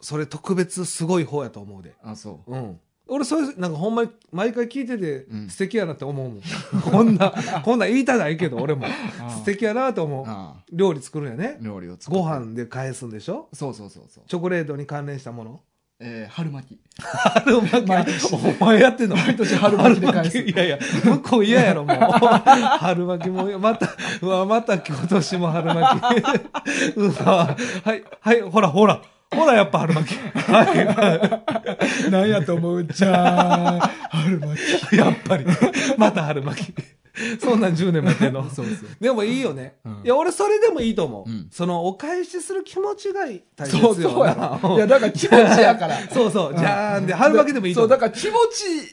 [SPEAKER 2] それ特別すごい方やと思うで
[SPEAKER 1] あそ
[SPEAKER 2] うん俺それなんかほんまに毎回聞いてて
[SPEAKER 1] うん
[SPEAKER 2] 素敵やなって思うもん、こんなこんなん言いたないけど俺も
[SPEAKER 1] あ
[SPEAKER 2] 素敵やなと思う
[SPEAKER 1] あ
[SPEAKER 2] 料理作るんやね
[SPEAKER 1] あ料理を作って
[SPEAKER 2] ご飯で返すんでしょ
[SPEAKER 1] そうそうそうそう、
[SPEAKER 2] チョコレートに関連したもの
[SPEAKER 1] えー、春巻き
[SPEAKER 2] 春巻
[SPEAKER 1] 毎
[SPEAKER 2] き
[SPEAKER 1] 年
[SPEAKER 2] お前やってんの
[SPEAKER 1] 毎年春巻きで返す
[SPEAKER 2] 春巻きいやいや、向こう嫌やろ、もう。 春巻きも、また、うわ、また今年も春巻き。 うわ、はい、はい、ほら、ほら。ほら、やっぱ春巻き。は
[SPEAKER 1] なんやと思うじゃん春巻き
[SPEAKER 2] い、 やっぱり。また春巻き。そんなん10年もやって んの。
[SPEAKER 1] そうそう
[SPEAKER 2] でもいいよね。
[SPEAKER 1] うん
[SPEAKER 2] いや、俺それでもいいと思う。
[SPEAKER 1] うん
[SPEAKER 2] その、お返しする気持ちが大切よ
[SPEAKER 1] そうそうやろいやだから気持ちやから
[SPEAKER 2] そうそう、 じゃーんで、春巻きでもいいと
[SPEAKER 1] そう
[SPEAKER 2] 思
[SPEAKER 1] だ
[SPEAKER 2] う。
[SPEAKER 1] から気持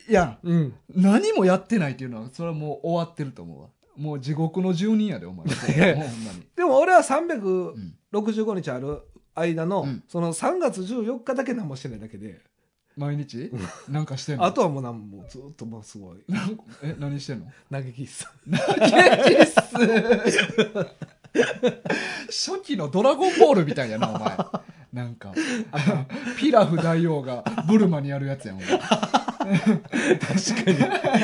[SPEAKER 1] ちやん
[SPEAKER 2] うん。
[SPEAKER 1] 何もやってないっていうのはそれはもう終わってると思うわもう地獄の住人やでお 前
[SPEAKER 2] や
[SPEAKER 1] ほんまに
[SPEAKER 2] でも俺は300、
[SPEAKER 1] うん
[SPEAKER 2] 65日ある間の、
[SPEAKER 1] うん
[SPEAKER 2] その3月14日だけ何もしてないだけで
[SPEAKER 1] 毎日なんかしてんの
[SPEAKER 2] あとはもうなんもうずっともうすごい
[SPEAKER 1] なんえ何してんの
[SPEAKER 2] 投げキッス
[SPEAKER 1] 初期のドラゴンボールみたいやな、お 前。なんか、あのピラフ大王がブルマにやるやつやん、お前
[SPEAKER 2] 確か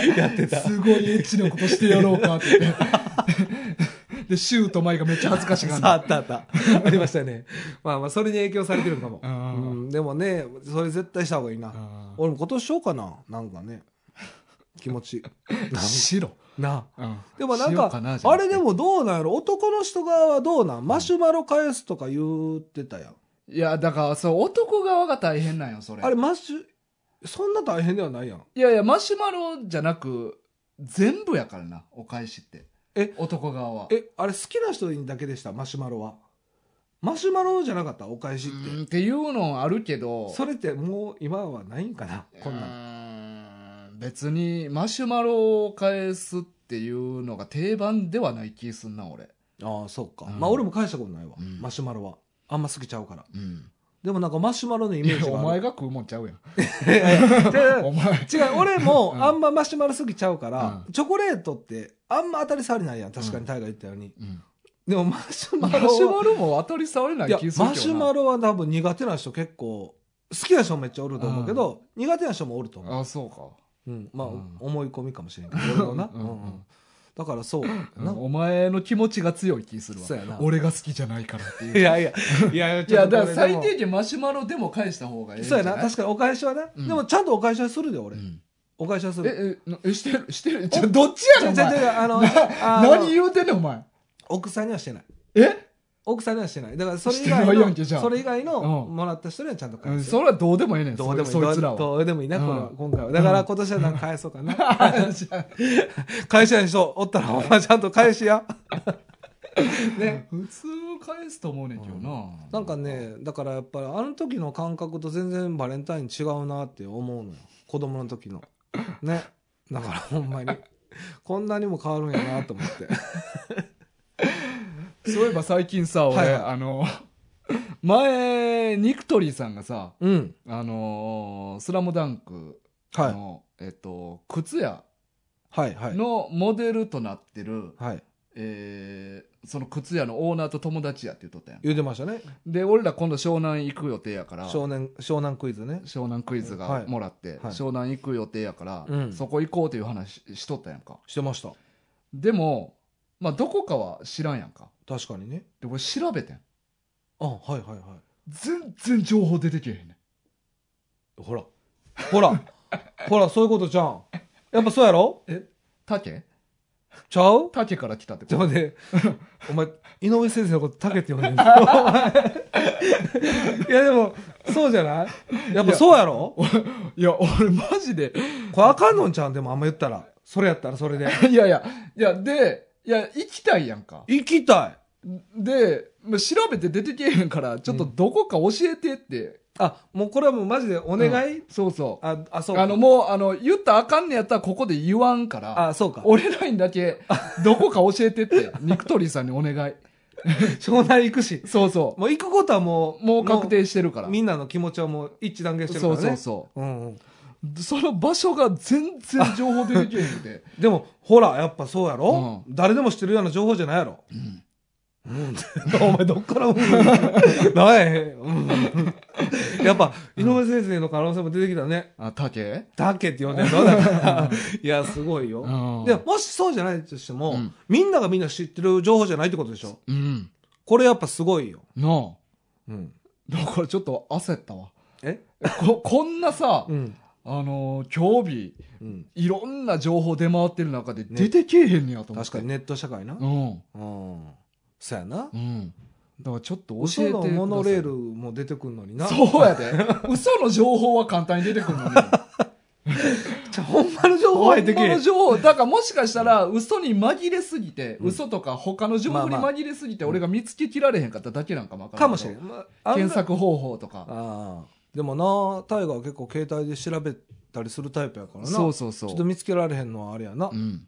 [SPEAKER 2] にやってた
[SPEAKER 1] すごいエッチなことしてやろうかって言って。で、シュート前がめっちゃ恥ずかしがん
[SPEAKER 2] あ
[SPEAKER 1] の
[SPEAKER 2] ったあった。 ありましたね。まあまあ、それに影響されてるの
[SPEAKER 1] う
[SPEAKER 2] かも。
[SPEAKER 1] ん
[SPEAKER 2] うんでもね、それ絶対した方がいいな。俺も今年しようかな。なんかね。気 持ち。
[SPEAKER 1] 白。
[SPEAKER 2] な
[SPEAKER 1] う
[SPEAKER 2] あ。
[SPEAKER 1] ん
[SPEAKER 2] でもなん
[SPEAKER 1] しよ
[SPEAKER 2] か、
[SPEAKER 1] うなじゃ
[SPEAKER 2] あ
[SPEAKER 1] なく
[SPEAKER 2] れ
[SPEAKER 1] て
[SPEAKER 2] でもどうなんやろ男の人側はどうなんマシュマロ返すとか言ってたやん。
[SPEAKER 1] いや、だから、そう、男側が大変なんよ、それ。
[SPEAKER 2] あれマシュ、そんな大変ではないやん。
[SPEAKER 1] いやいや、マシュマロじゃなく、全部やからな、お返しって。
[SPEAKER 2] え
[SPEAKER 1] 男側は。
[SPEAKER 2] え、あれ好きな人にだけでしたマシュマロは。マシュマロじゃなかったお返しっ
[SPEAKER 1] う
[SPEAKER 2] て。
[SPEAKER 1] んっていうのあるけど、
[SPEAKER 2] それってもう今はないんかなこん
[SPEAKER 1] う
[SPEAKER 2] なん。
[SPEAKER 1] ーん別にマシュマロを返すっていうのが定番ではない気すんな俺、
[SPEAKER 2] ああそうか、
[SPEAKER 1] うん
[SPEAKER 2] まあ俺も返したことないわ、
[SPEAKER 1] うん
[SPEAKER 2] マシュマロはあんま好きちゃうから
[SPEAKER 1] うん、
[SPEAKER 2] でもなんかマシュマロのイメージがある
[SPEAKER 1] お前が食うもんちゃうやん
[SPEAKER 2] 違
[SPEAKER 1] お前
[SPEAKER 2] う違う俺も
[SPEAKER 1] うん
[SPEAKER 2] あんまマシュマロ好きちゃうから、
[SPEAKER 1] う
[SPEAKER 2] チョコレートってあんま当たり障りないやん確かにタイが言ったように、
[SPEAKER 1] うん
[SPEAKER 2] でもマシュマ
[SPEAKER 1] マ
[SPEAKER 2] ロは
[SPEAKER 1] シュマロも当たり障りない
[SPEAKER 2] いや
[SPEAKER 1] 気するけどな
[SPEAKER 2] マシュマロは多分苦手な人結構好きな人もめっちゃおると思うけど、苦手な人もおると思う、
[SPEAKER 1] あそうか、
[SPEAKER 2] うんまあ、
[SPEAKER 1] うん
[SPEAKER 2] 思い込みかもしれんけど俺もな、
[SPEAKER 1] うんうんうん
[SPEAKER 2] うんうんだからそう、
[SPEAKER 1] うん
[SPEAKER 2] な
[SPEAKER 1] お前の気持ちが強い気するわ
[SPEAKER 2] そうやな
[SPEAKER 1] 俺が好きじゃないからっていう
[SPEAKER 2] いやいやいや
[SPEAKER 1] いやだ
[SPEAKER 2] ち
[SPEAKER 1] か
[SPEAKER 2] ょ
[SPEAKER 1] ら
[SPEAKER 2] っとこれ
[SPEAKER 1] 最
[SPEAKER 2] でも
[SPEAKER 1] 低限マシュマロでも返した方がいいんじ
[SPEAKER 2] そう
[SPEAKER 1] ゃ
[SPEAKER 2] やな
[SPEAKER 1] ない
[SPEAKER 2] 確かにお返しはな、
[SPEAKER 1] うん
[SPEAKER 2] でもちゃんとお返しはするで俺、
[SPEAKER 1] うん
[SPEAKER 2] お返しはする
[SPEAKER 1] ええなえしてるしてるちょどっちやねんお
[SPEAKER 2] じゃじゃ
[SPEAKER 1] 前
[SPEAKER 2] じゃあのあの
[SPEAKER 1] 何言うてんねんお前
[SPEAKER 2] 奥さんにはしてない
[SPEAKER 1] え
[SPEAKER 2] 奥さんにはしてないだからそれ以
[SPEAKER 1] してないやん
[SPEAKER 2] 外
[SPEAKER 1] け
[SPEAKER 2] の
[SPEAKER 1] じゃあ
[SPEAKER 2] それ以外の
[SPEAKER 1] うん
[SPEAKER 2] もらった人にはちゃんと返す、
[SPEAKER 1] それはどうでもええねん
[SPEAKER 2] どうでもいい
[SPEAKER 1] そそいつらは
[SPEAKER 2] どうでもいいな、これは
[SPEAKER 1] うん
[SPEAKER 2] 今回はだから今年はなんか返そうかな、
[SPEAKER 1] じゃあ
[SPEAKER 2] 返しない人おったらお前ちゃんと返しや ね
[SPEAKER 1] 普通返すと思うねんけどな、
[SPEAKER 2] なんかねだからやっぱりあの時の感覚と全然バレンタイン違うなって思うのよ子供の時のねだからほんまにこんなにも変わるんやなと思って
[SPEAKER 1] そういえば最近さ俺、
[SPEAKER 2] はいはい
[SPEAKER 1] あの 前ニクトリーさんがさ
[SPEAKER 2] うん
[SPEAKER 1] 「あのースラムダンク
[SPEAKER 2] はい
[SPEAKER 1] の、えっと、靴屋
[SPEAKER 2] はいはい
[SPEAKER 1] のモデルとなってる、
[SPEAKER 2] はい
[SPEAKER 1] えーその靴屋のオーナーと友達やって言っとったやん
[SPEAKER 2] 言うてましたね
[SPEAKER 1] で俺ら今度湘南行く予定やから
[SPEAKER 2] 少年湘南クイズね
[SPEAKER 1] 湘南クイズ
[SPEAKER 2] は
[SPEAKER 1] が
[SPEAKER 2] い
[SPEAKER 1] もらって、
[SPEAKER 2] はい
[SPEAKER 1] 湘南行く予定やから、
[SPEAKER 2] うん
[SPEAKER 1] そこ行こうという話しとったやんか
[SPEAKER 2] してました
[SPEAKER 1] でも、まあ、どこかは知らんやんか
[SPEAKER 2] 確かにね
[SPEAKER 1] で俺調べてん
[SPEAKER 2] あはいはいは
[SPEAKER 1] 全然情報出てけへんねん
[SPEAKER 2] いほらほらほらそういうことじゃんやっぱそうやろ
[SPEAKER 1] 竹
[SPEAKER 2] ちゃう
[SPEAKER 1] 竹から来たってこ
[SPEAKER 2] ちょ
[SPEAKER 1] と
[SPEAKER 2] っと待ってお前井上先生のことタケって呼んでる いやでもそうじゃないやっぱそうやろ
[SPEAKER 1] いや俺マジで
[SPEAKER 2] これあかんのんちゃうんでもあんま言ったらそれやったらそれで
[SPEAKER 1] いやいやいやでいや行きたいやんか
[SPEAKER 2] 行きたい
[SPEAKER 1] でまあ調べて出てけへんからちょっと
[SPEAKER 2] うん
[SPEAKER 1] どこか教えてって、
[SPEAKER 2] あもうこれはもうマジでお願い、
[SPEAKER 1] そうそう
[SPEAKER 2] ああそうか
[SPEAKER 1] あのもうあの言ったらあかんねやったらここで言わんから
[SPEAKER 2] あそうか
[SPEAKER 1] 俺らにだけどこか教えてって ニクトリーさんにお願い
[SPEAKER 2] 湘南行くし
[SPEAKER 1] そうそ
[SPEAKER 2] もう行くことはも
[SPEAKER 1] う
[SPEAKER 2] う
[SPEAKER 1] もう確定してるから
[SPEAKER 2] もうみんなの気持ちはもう一致団結してるか
[SPEAKER 1] そ
[SPEAKER 2] ら
[SPEAKER 1] う
[SPEAKER 2] ね、
[SPEAKER 1] そうそう
[SPEAKER 2] んうん、
[SPEAKER 1] うその場所が全然情報出てけへんく て
[SPEAKER 2] でもほらやっぱそうやろ、誰でも知ってるような情報じゃないやろ、うん、お前どっからうんなえ、うん、やっぱ井上先生の可能性も出てきたね
[SPEAKER 1] あ竹
[SPEAKER 2] だけって呼んでるのだからいやすごいよ、
[SPEAKER 1] うん
[SPEAKER 2] でもしそうじゃないとしても、
[SPEAKER 1] うん
[SPEAKER 2] みんながみんな知ってる情報じゃないってことでしょ
[SPEAKER 1] うん
[SPEAKER 2] これやっぱすごいよ、
[SPEAKER 1] なあ
[SPEAKER 2] うん、
[SPEAKER 1] だからちょっと焦ったわ
[SPEAKER 2] え
[SPEAKER 1] ここんなさ、
[SPEAKER 2] うん、
[SPEAKER 1] あのー競技
[SPEAKER 2] うん、
[SPEAKER 1] いろんな情報出回ってる中で出てけえへんねやと思って、
[SPEAKER 2] 確かにネット社会なうん、
[SPEAKER 1] うん
[SPEAKER 2] そやな
[SPEAKER 1] うんだからちょっと教え
[SPEAKER 2] 嘘
[SPEAKER 1] てくだ
[SPEAKER 2] の
[SPEAKER 1] さい
[SPEAKER 2] モノレールも出てくるのにな
[SPEAKER 1] そうや で嘘の情報は簡単に出てくるのに
[SPEAKER 2] じゃあ ほんまの情報
[SPEAKER 1] 本
[SPEAKER 2] 入ってけえ
[SPEAKER 1] 物の情報だからもしかしたら嘘に紛れすぎて、
[SPEAKER 2] うん
[SPEAKER 1] 嘘とか他の情報に
[SPEAKER 2] まあまあ
[SPEAKER 1] 紛れすぎて俺が見つけきられへんかっただけなんかもわから
[SPEAKER 2] か
[SPEAKER 1] ん
[SPEAKER 2] も
[SPEAKER 1] け
[SPEAKER 2] し
[SPEAKER 1] ど
[SPEAKER 2] れん、まあ、
[SPEAKER 1] 検索方法とか
[SPEAKER 2] ああでもなタイガーは結構携帯で調べたりするタイプやからな
[SPEAKER 1] そうそうそう
[SPEAKER 2] ちょっと見つけられへんのはあれやな、
[SPEAKER 1] うん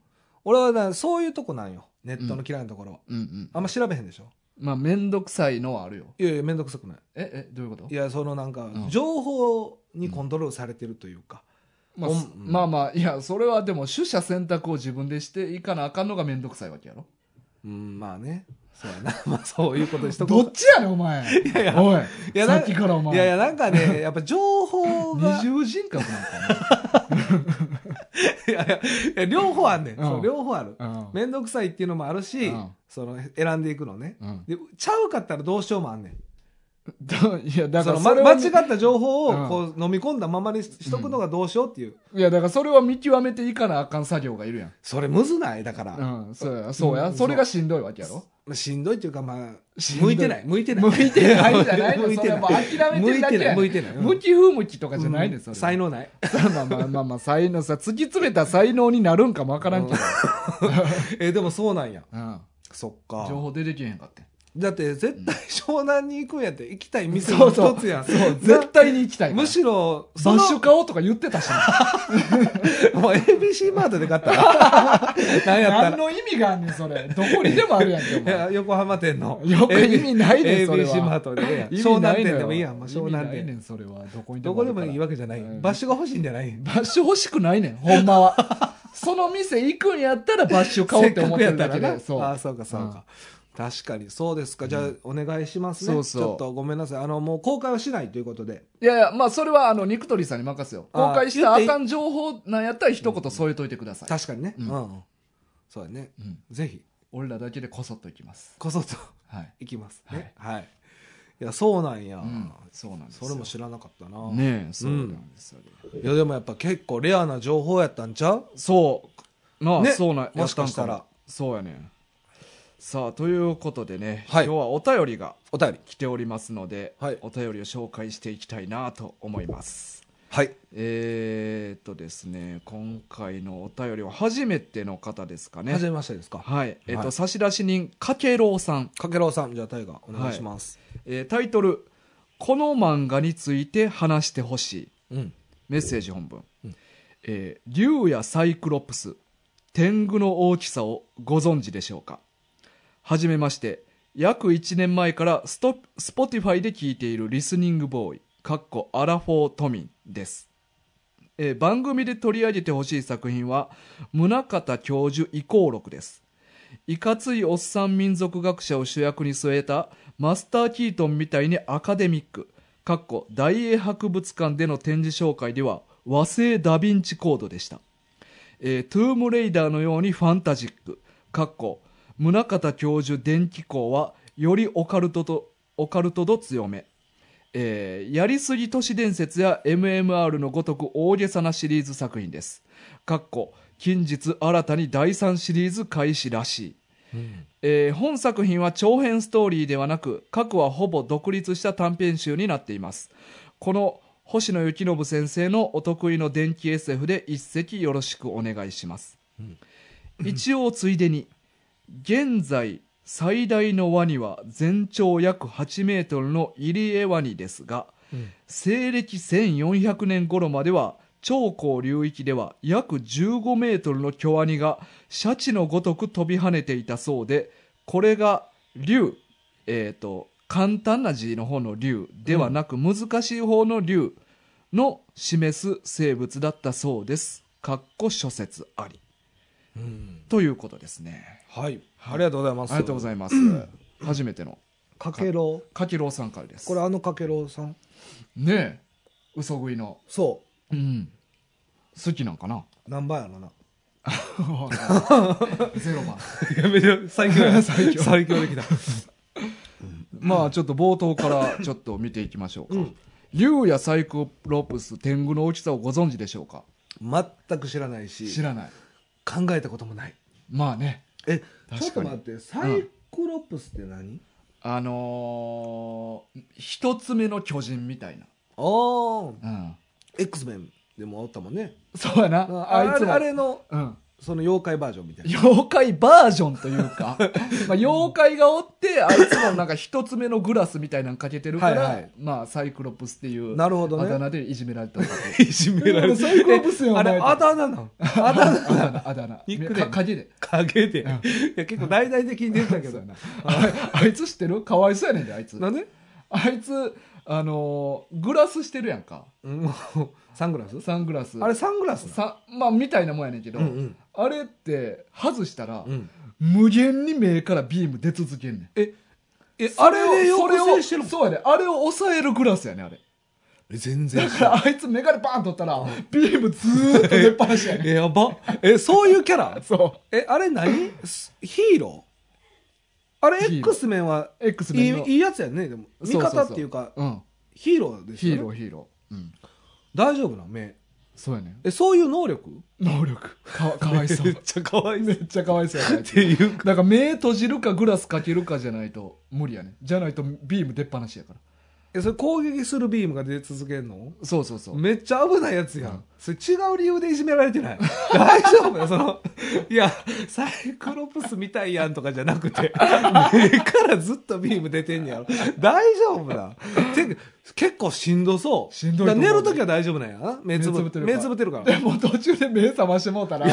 [SPEAKER 2] 俺はなそういうとこなんよネットの嫌いなところは、
[SPEAKER 1] うんうん
[SPEAKER 2] あんま調べへんでしょ
[SPEAKER 1] まあ面倒くさいのはあるよ
[SPEAKER 2] いやいや面倒くさくない
[SPEAKER 1] ええどういうこと
[SPEAKER 2] いやそのなんか
[SPEAKER 1] うん
[SPEAKER 2] 情報にコントロールされてるというか、
[SPEAKER 1] まあ、
[SPEAKER 2] うん
[SPEAKER 1] すまあまあいやそれはでも取捨選択を自分でしていかなあかんのが面倒くさいわけやろ
[SPEAKER 2] うん、まあねそうやな まあそういうことにしとこ
[SPEAKER 1] ど
[SPEAKER 2] う
[SPEAKER 1] っちやねんお前
[SPEAKER 2] いやいや
[SPEAKER 1] おい
[SPEAKER 2] いや
[SPEAKER 1] さ
[SPEAKER 2] な
[SPEAKER 1] っきからお前
[SPEAKER 2] いやいやなんかねやっぱ情報
[SPEAKER 1] 二
[SPEAKER 2] が
[SPEAKER 1] 重人格なんか
[SPEAKER 2] いやいやいや両方あんねん、
[SPEAKER 1] うん
[SPEAKER 2] そう両方ある
[SPEAKER 1] な、うん
[SPEAKER 2] 面倒くさいっていうのもあるし、
[SPEAKER 1] うん
[SPEAKER 2] その選んでいくのね
[SPEAKER 1] うん
[SPEAKER 2] でちゃうかったらどうしようもあんねん
[SPEAKER 1] ど いやだ
[SPEAKER 2] そ
[SPEAKER 1] か
[SPEAKER 2] の
[SPEAKER 1] ら
[SPEAKER 2] ま
[SPEAKER 1] それは
[SPEAKER 2] 間違った情報
[SPEAKER 1] うん
[SPEAKER 2] をこう飲み込んだままにししとくのがどうしようっていう、
[SPEAKER 1] いやだからそれは見極めていかなあかん作業がいるやん
[SPEAKER 2] それむずないだから、
[SPEAKER 1] うんそうやそうや、
[SPEAKER 2] うん
[SPEAKER 1] それがしんどいわけやろ
[SPEAKER 2] まあしんどいっていうかまあ
[SPEAKER 1] しんどい
[SPEAKER 2] 向いてない向いてない
[SPEAKER 1] 向いてないじゃないの
[SPEAKER 2] 向い
[SPEAKER 1] そ
[SPEAKER 2] て
[SPEAKER 1] れはも
[SPEAKER 2] な
[SPEAKER 1] う諦め
[SPEAKER 2] 向
[SPEAKER 1] て
[SPEAKER 2] い
[SPEAKER 1] るだ
[SPEAKER 2] て
[SPEAKER 1] け
[SPEAKER 2] ない
[SPEAKER 1] や
[SPEAKER 2] 向
[SPEAKER 1] ね
[SPEAKER 2] いてない
[SPEAKER 1] 向き不向きとかじゃないねんそれは、
[SPEAKER 2] うん才能ない
[SPEAKER 1] まあまあまあまあ才能さ突き詰めた才能になるんかもわからんけど、
[SPEAKER 2] えでもそうなんや
[SPEAKER 1] うん、
[SPEAKER 2] そっか
[SPEAKER 1] 情報出てけへんかって
[SPEAKER 2] だって絶対湘南に行くんやって行きたい店
[SPEAKER 1] そ
[SPEAKER 2] の
[SPEAKER 1] うそう
[SPEAKER 2] 一つやん
[SPEAKER 1] そう絶対に行きたいから
[SPEAKER 2] むしろそ
[SPEAKER 1] バッ
[SPEAKER 2] の
[SPEAKER 1] シュ買おうとか言ってたしな
[SPEAKER 2] もう ABC マートで買ったら なんやった
[SPEAKER 1] 何
[SPEAKER 2] ら
[SPEAKER 1] の意味があんねんそれどこにでもあるやんけお
[SPEAKER 2] いや
[SPEAKER 1] 前
[SPEAKER 2] 横浜店の
[SPEAKER 1] よく意味ないねんそれ
[SPEAKER 2] ABC マー
[SPEAKER 1] は
[SPEAKER 2] トでええやん
[SPEAKER 1] 意
[SPEAKER 2] 湘
[SPEAKER 1] 味な
[SPEAKER 2] 南
[SPEAKER 1] いのよ
[SPEAKER 2] 店でもいいやんもう湘
[SPEAKER 1] 意
[SPEAKER 2] 南
[SPEAKER 1] 味ないね
[SPEAKER 2] 店
[SPEAKER 1] んそれはどこにで
[SPEAKER 2] ど
[SPEAKER 1] もあ
[SPEAKER 2] こで
[SPEAKER 1] るから
[SPEAKER 2] もいいわけじゃない
[SPEAKER 1] うん
[SPEAKER 2] 場所が欲しいんじゃない
[SPEAKER 1] バッシュ欲しくないねんほんまは その店行くんやったらバッシュ買おうって思ってるだけ
[SPEAKER 2] せっかく
[SPEAKER 1] で
[SPEAKER 2] やったらな
[SPEAKER 1] そう
[SPEAKER 2] ああそうかそうか、確かにそうですかじゃあお願いしますね、
[SPEAKER 1] そうそう
[SPEAKER 2] ちょっとごめんなさいあのもう公開はしないということで
[SPEAKER 1] いやいや、まあ、それは、あの、ニクトリさんに任せよう。
[SPEAKER 2] あー
[SPEAKER 1] 公開したら
[SPEAKER 2] 言ってい
[SPEAKER 1] あ
[SPEAKER 2] い
[SPEAKER 1] かん情報なんやったら一言添えといてください。
[SPEAKER 2] 確かにね
[SPEAKER 1] う
[SPEAKER 2] うんん、そうやね
[SPEAKER 1] うん。
[SPEAKER 2] ぜひ
[SPEAKER 1] 俺らだけでこそっといきます。
[SPEAKER 2] こそっと
[SPEAKER 1] はい。
[SPEAKER 2] 行きますねはい、い、やそうなんや、
[SPEAKER 1] うん。そうなんです
[SPEAKER 2] そ
[SPEAKER 1] よ。
[SPEAKER 2] れも知らなかったな、
[SPEAKER 1] ねえ、そうなんですよ。
[SPEAKER 2] いやでもやっぱ結構レアな情報やったんちゃう
[SPEAKER 1] そう。なあ、
[SPEAKER 2] ね
[SPEAKER 1] そうなん
[SPEAKER 2] もしかしたら。
[SPEAKER 1] やたんかもそうやね。さあ、ということでね、
[SPEAKER 2] はい
[SPEAKER 1] 今日はお便りが
[SPEAKER 2] お便り
[SPEAKER 1] 来ておりますので、
[SPEAKER 2] はい
[SPEAKER 1] お便りを紹介していきたいなと思います。
[SPEAKER 2] はい
[SPEAKER 1] えー、っとですね、今回のお便りは初めての方ですかね
[SPEAKER 2] は。じめましてですか
[SPEAKER 1] はい。えっと、
[SPEAKER 2] はい
[SPEAKER 1] 差出人、かけろうさん。
[SPEAKER 2] かけろうさんじゃあ大河お願いします、
[SPEAKER 1] えータイトル「この漫画について話してほしい
[SPEAKER 2] うん」
[SPEAKER 1] メッセージ本文、
[SPEAKER 2] うん
[SPEAKER 1] えー竜やサイクロプス天狗の大きさをご存知でしょうかはじめまして約1年前からストスポティファイで聞いているリスニングボーイかっこアラフォー都民です、えー番組で取り上げてほしい作品は宗像教授遺構録ですいかついおっさん民族学者を主役に据えたマスター・キートンみたいにアカデミックかっこ大英博物館での展示紹介では和製ダ・ヴィンチコードでした、えートゥームレイダーのようにファンタジックかっこ宗像教授電気工はよりオカルトとオカルト度強めえーやりすぎ都市伝説や MMR のごとく大げさなシリーズ作品です。かっこ近日新たに第3シリーズ開始らしい。えー本作品は長編ストーリーではなく過はほぼ独立した短編集になっていますこの星野幸信先生のお得意の電気 SF で一席よろしくお願いします、一応ついでに現在最大のワニは全長約8メートルのイリエワニですが西暦1400年頃までは長江流域では約15メートルの巨ワニがシャチのごとく飛び跳ねていたそうでこれが竜えっ、と簡単な字の方の竜ではなく難しい方の竜の示す生物だったそうです。かっこ諸説あり
[SPEAKER 2] うん
[SPEAKER 1] ということですね。
[SPEAKER 2] はいありがとうござい
[SPEAKER 1] あ
[SPEAKER 2] ま
[SPEAKER 1] り
[SPEAKER 2] す
[SPEAKER 1] がとうございます。初めての
[SPEAKER 2] かけろう
[SPEAKER 1] かきろうさんからです。
[SPEAKER 2] これあのかけろうさん
[SPEAKER 1] ねえ嘘食いの、
[SPEAKER 2] そ
[SPEAKER 1] うん、好きなんか な。
[SPEAKER 2] う何番やろな
[SPEAKER 1] ゼロ番。
[SPEAKER 2] やめて最強や
[SPEAKER 1] 最強
[SPEAKER 2] 最強できた
[SPEAKER 1] まあちょっと冒頭からちょっと見ていきましょうか。
[SPEAKER 2] うん
[SPEAKER 1] 竜やサイクロプス天狗の大きさをご存知でしょうか
[SPEAKER 2] 全く知らないし
[SPEAKER 1] 知らない。
[SPEAKER 2] 考えたこともない
[SPEAKER 1] まあね。
[SPEAKER 2] え
[SPEAKER 1] かに
[SPEAKER 2] ちょっと待ってサイクロプスって何、
[SPEAKER 1] あのー一つ目の巨人みたいな。
[SPEAKER 2] ああ
[SPEAKER 1] うん。
[SPEAKER 2] X メンでもあったもんね
[SPEAKER 1] そうやな。
[SPEAKER 2] あ
[SPEAKER 1] あいつ
[SPEAKER 2] れ
[SPEAKER 1] も。
[SPEAKER 2] あれの
[SPEAKER 1] うん。
[SPEAKER 2] その妖怪バージョンみたいな。
[SPEAKER 1] 妖怪バージョンというか、 まあ妖怪がおって、あいつもなんか一つ目のグラスみたいなのかけてるから、
[SPEAKER 2] はいはい
[SPEAKER 1] まあサイクロプスっていう
[SPEAKER 2] なるほど
[SPEAKER 1] あだ
[SPEAKER 2] ね。
[SPEAKER 1] 名でいじめられたんだと。
[SPEAKER 2] いじめられ
[SPEAKER 1] サイクロプスやん
[SPEAKER 2] えあれ、
[SPEAKER 1] お前
[SPEAKER 2] あだ名なのあ
[SPEAKER 1] あ
[SPEAKER 2] だ名
[SPEAKER 1] だ名、あだ名。
[SPEAKER 2] ニックネーム
[SPEAKER 1] か影で。
[SPEAKER 2] 影で。い
[SPEAKER 1] うん
[SPEAKER 2] や、結構大々的に出てたけ
[SPEAKER 1] そ
[SPEAKER 2] ど
[SPEAKER 1] うや。なあれあいつ知ってるかわいそうやねんで、あいつ。
[SPEAKER 2] なんで
[SPEAKER 1] あいつ、あのーグラスしてるやんか。
[SPEAKER 2] うんもうサングラス
[SPEAKER 1] サングラス。
[SPEAKER 2] あれサングラスな
[SPEAKER 1] さまあ、みたいなもんやねんけど、
[SPEAKER 2] のうん
[SPEAKER 1] あれって、外したら、
[SPEAKER 2] うん。
[SPEAKER 1] 無限に目からビーム出続けんねん。
[SPEAKER 2] え、あれを
[SPEAKER 1] そ
[SPEAKER 2] 抑制してる
[SPEAKER 1] そ
[SPEAKER 2] の
[SPEAKER 1] そうやね。あれを抑えるグラスやね、あれ。
[SPEAKER 2] え全
[SPEAKER 1] だ
[SPEAKER 2] 然知
[SPEAKER 1] から
[SPEAKER 2] ん。
[SPEAKER 1] ら、あいつメガネバーン取ったら、ビームずーっと出っ放しやね。
[SPEAKER 2] え、やば。え、そういうキャラ
[SPEAKER 1] そ
[SPEAKER 2] え、あれ何すヒーローあれ
[SPEAKER 1] ヒーロー
[SPEAKER 2] X メンは
[SPEAKER 1] う。X
[SPEAKER 2] い
[SPEAKER 1] メ
[SPEAKER 2] い
[SPEAKER 1] ンの。
[SPEAKER 2] いいやつやねでも
[SPEAKER 1] そうそ
[SPEAKER 2] 味
[SPEAKER 1] うそう
[SPEAKER 2] 方っていうか
[SPEAKER 1] うん。
[SPEAKER 2] ヒーローです
[SPEAKER 1] ヒ
[SPEAKER 2] よ
[SPEAKER 1] ーロ
[SPEAKER 2] ね
[SPEAKER 1] ー、ヒーロー。うん。
[SPEAKER 2] 大丈夫な目
[SPEAKER 1] そうやね。
[SPEAKER 2] えそういう能力
[SPEAKER 1] 能力。か わかわいそう。
[SPEAKER 2] めっちゃ可愛い
[SPEAKER 1] めっちゃかわいそうやねあい
[SPEAKER 2] っ
[SPEAKER 1] つ。
[SPEAKER 2] ていうか
[SPEAKER 1] だから目閉じるかグラスかけるかじゃないと無理やね。じゃないとビーム出っ放しやから。
[SPEAKER 2] えそれ攻撃するビームが出続けるの
[SPEAKER 1] そうそうそう。
[SPEAKER 2] めっちゃ危ないやつや
[SPEAKER 1] うん
[SPEAKER 2] んそれ違う理由でいじめられてない 大丈夫よそのいやサイクロプスみたいやんとかじゃなくて 目からずっとビーム出てんねやろ大丈夫だてか結構しんどそう
[SPEAKER 1] しんどいと思う
[SPEAKER 2] だから寝るときは大丈夫なんやな目つぶ
[SPEAKER 1] 目つぶってるから
[SPEAKER 2] 目つぶってるから
[SPEAKER 1] でも途中で目覚ましてもうたら、ド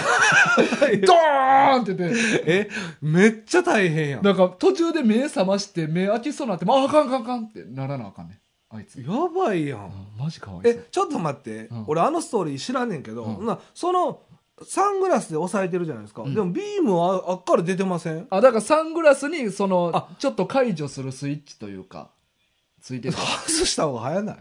[SPEAKER 1] ーンって出て。
[SPEAKER 2] え、めっちゃ大変やん。や
[SPEAKER 1] だから途中で目覚まして目開きそうになってもああかんあかんあかんってならなあかんねんあいつ
[SPEAKER 2] ばいや
[SPEAKER 1] あ
[SPEAKER 2] ん。
[SPEAKER 1] マジかわい
[SPEAKER 2] え
[SPEAKER 1] そう、
[SPEAKER 2] ちょっと待って
[SPEAKER 1] うん。
[SPEAKER 2] 俺あのストーリー知らんねんけど、
[SPEAKER 1] うん
[SPEAKER 2] なその、サングラスで押さえてるじゃないですか。
[SPEAKER 1] うん
[SPEAKER 2] でもビームはああっから出てません
[SPEAKER 1] あだからサングラスにその
[SPEAKER 2] あ
[SPEAKER 1] ちょっと解除するスイッチというかついてて
[SPEAKER 2] 外した方が早ない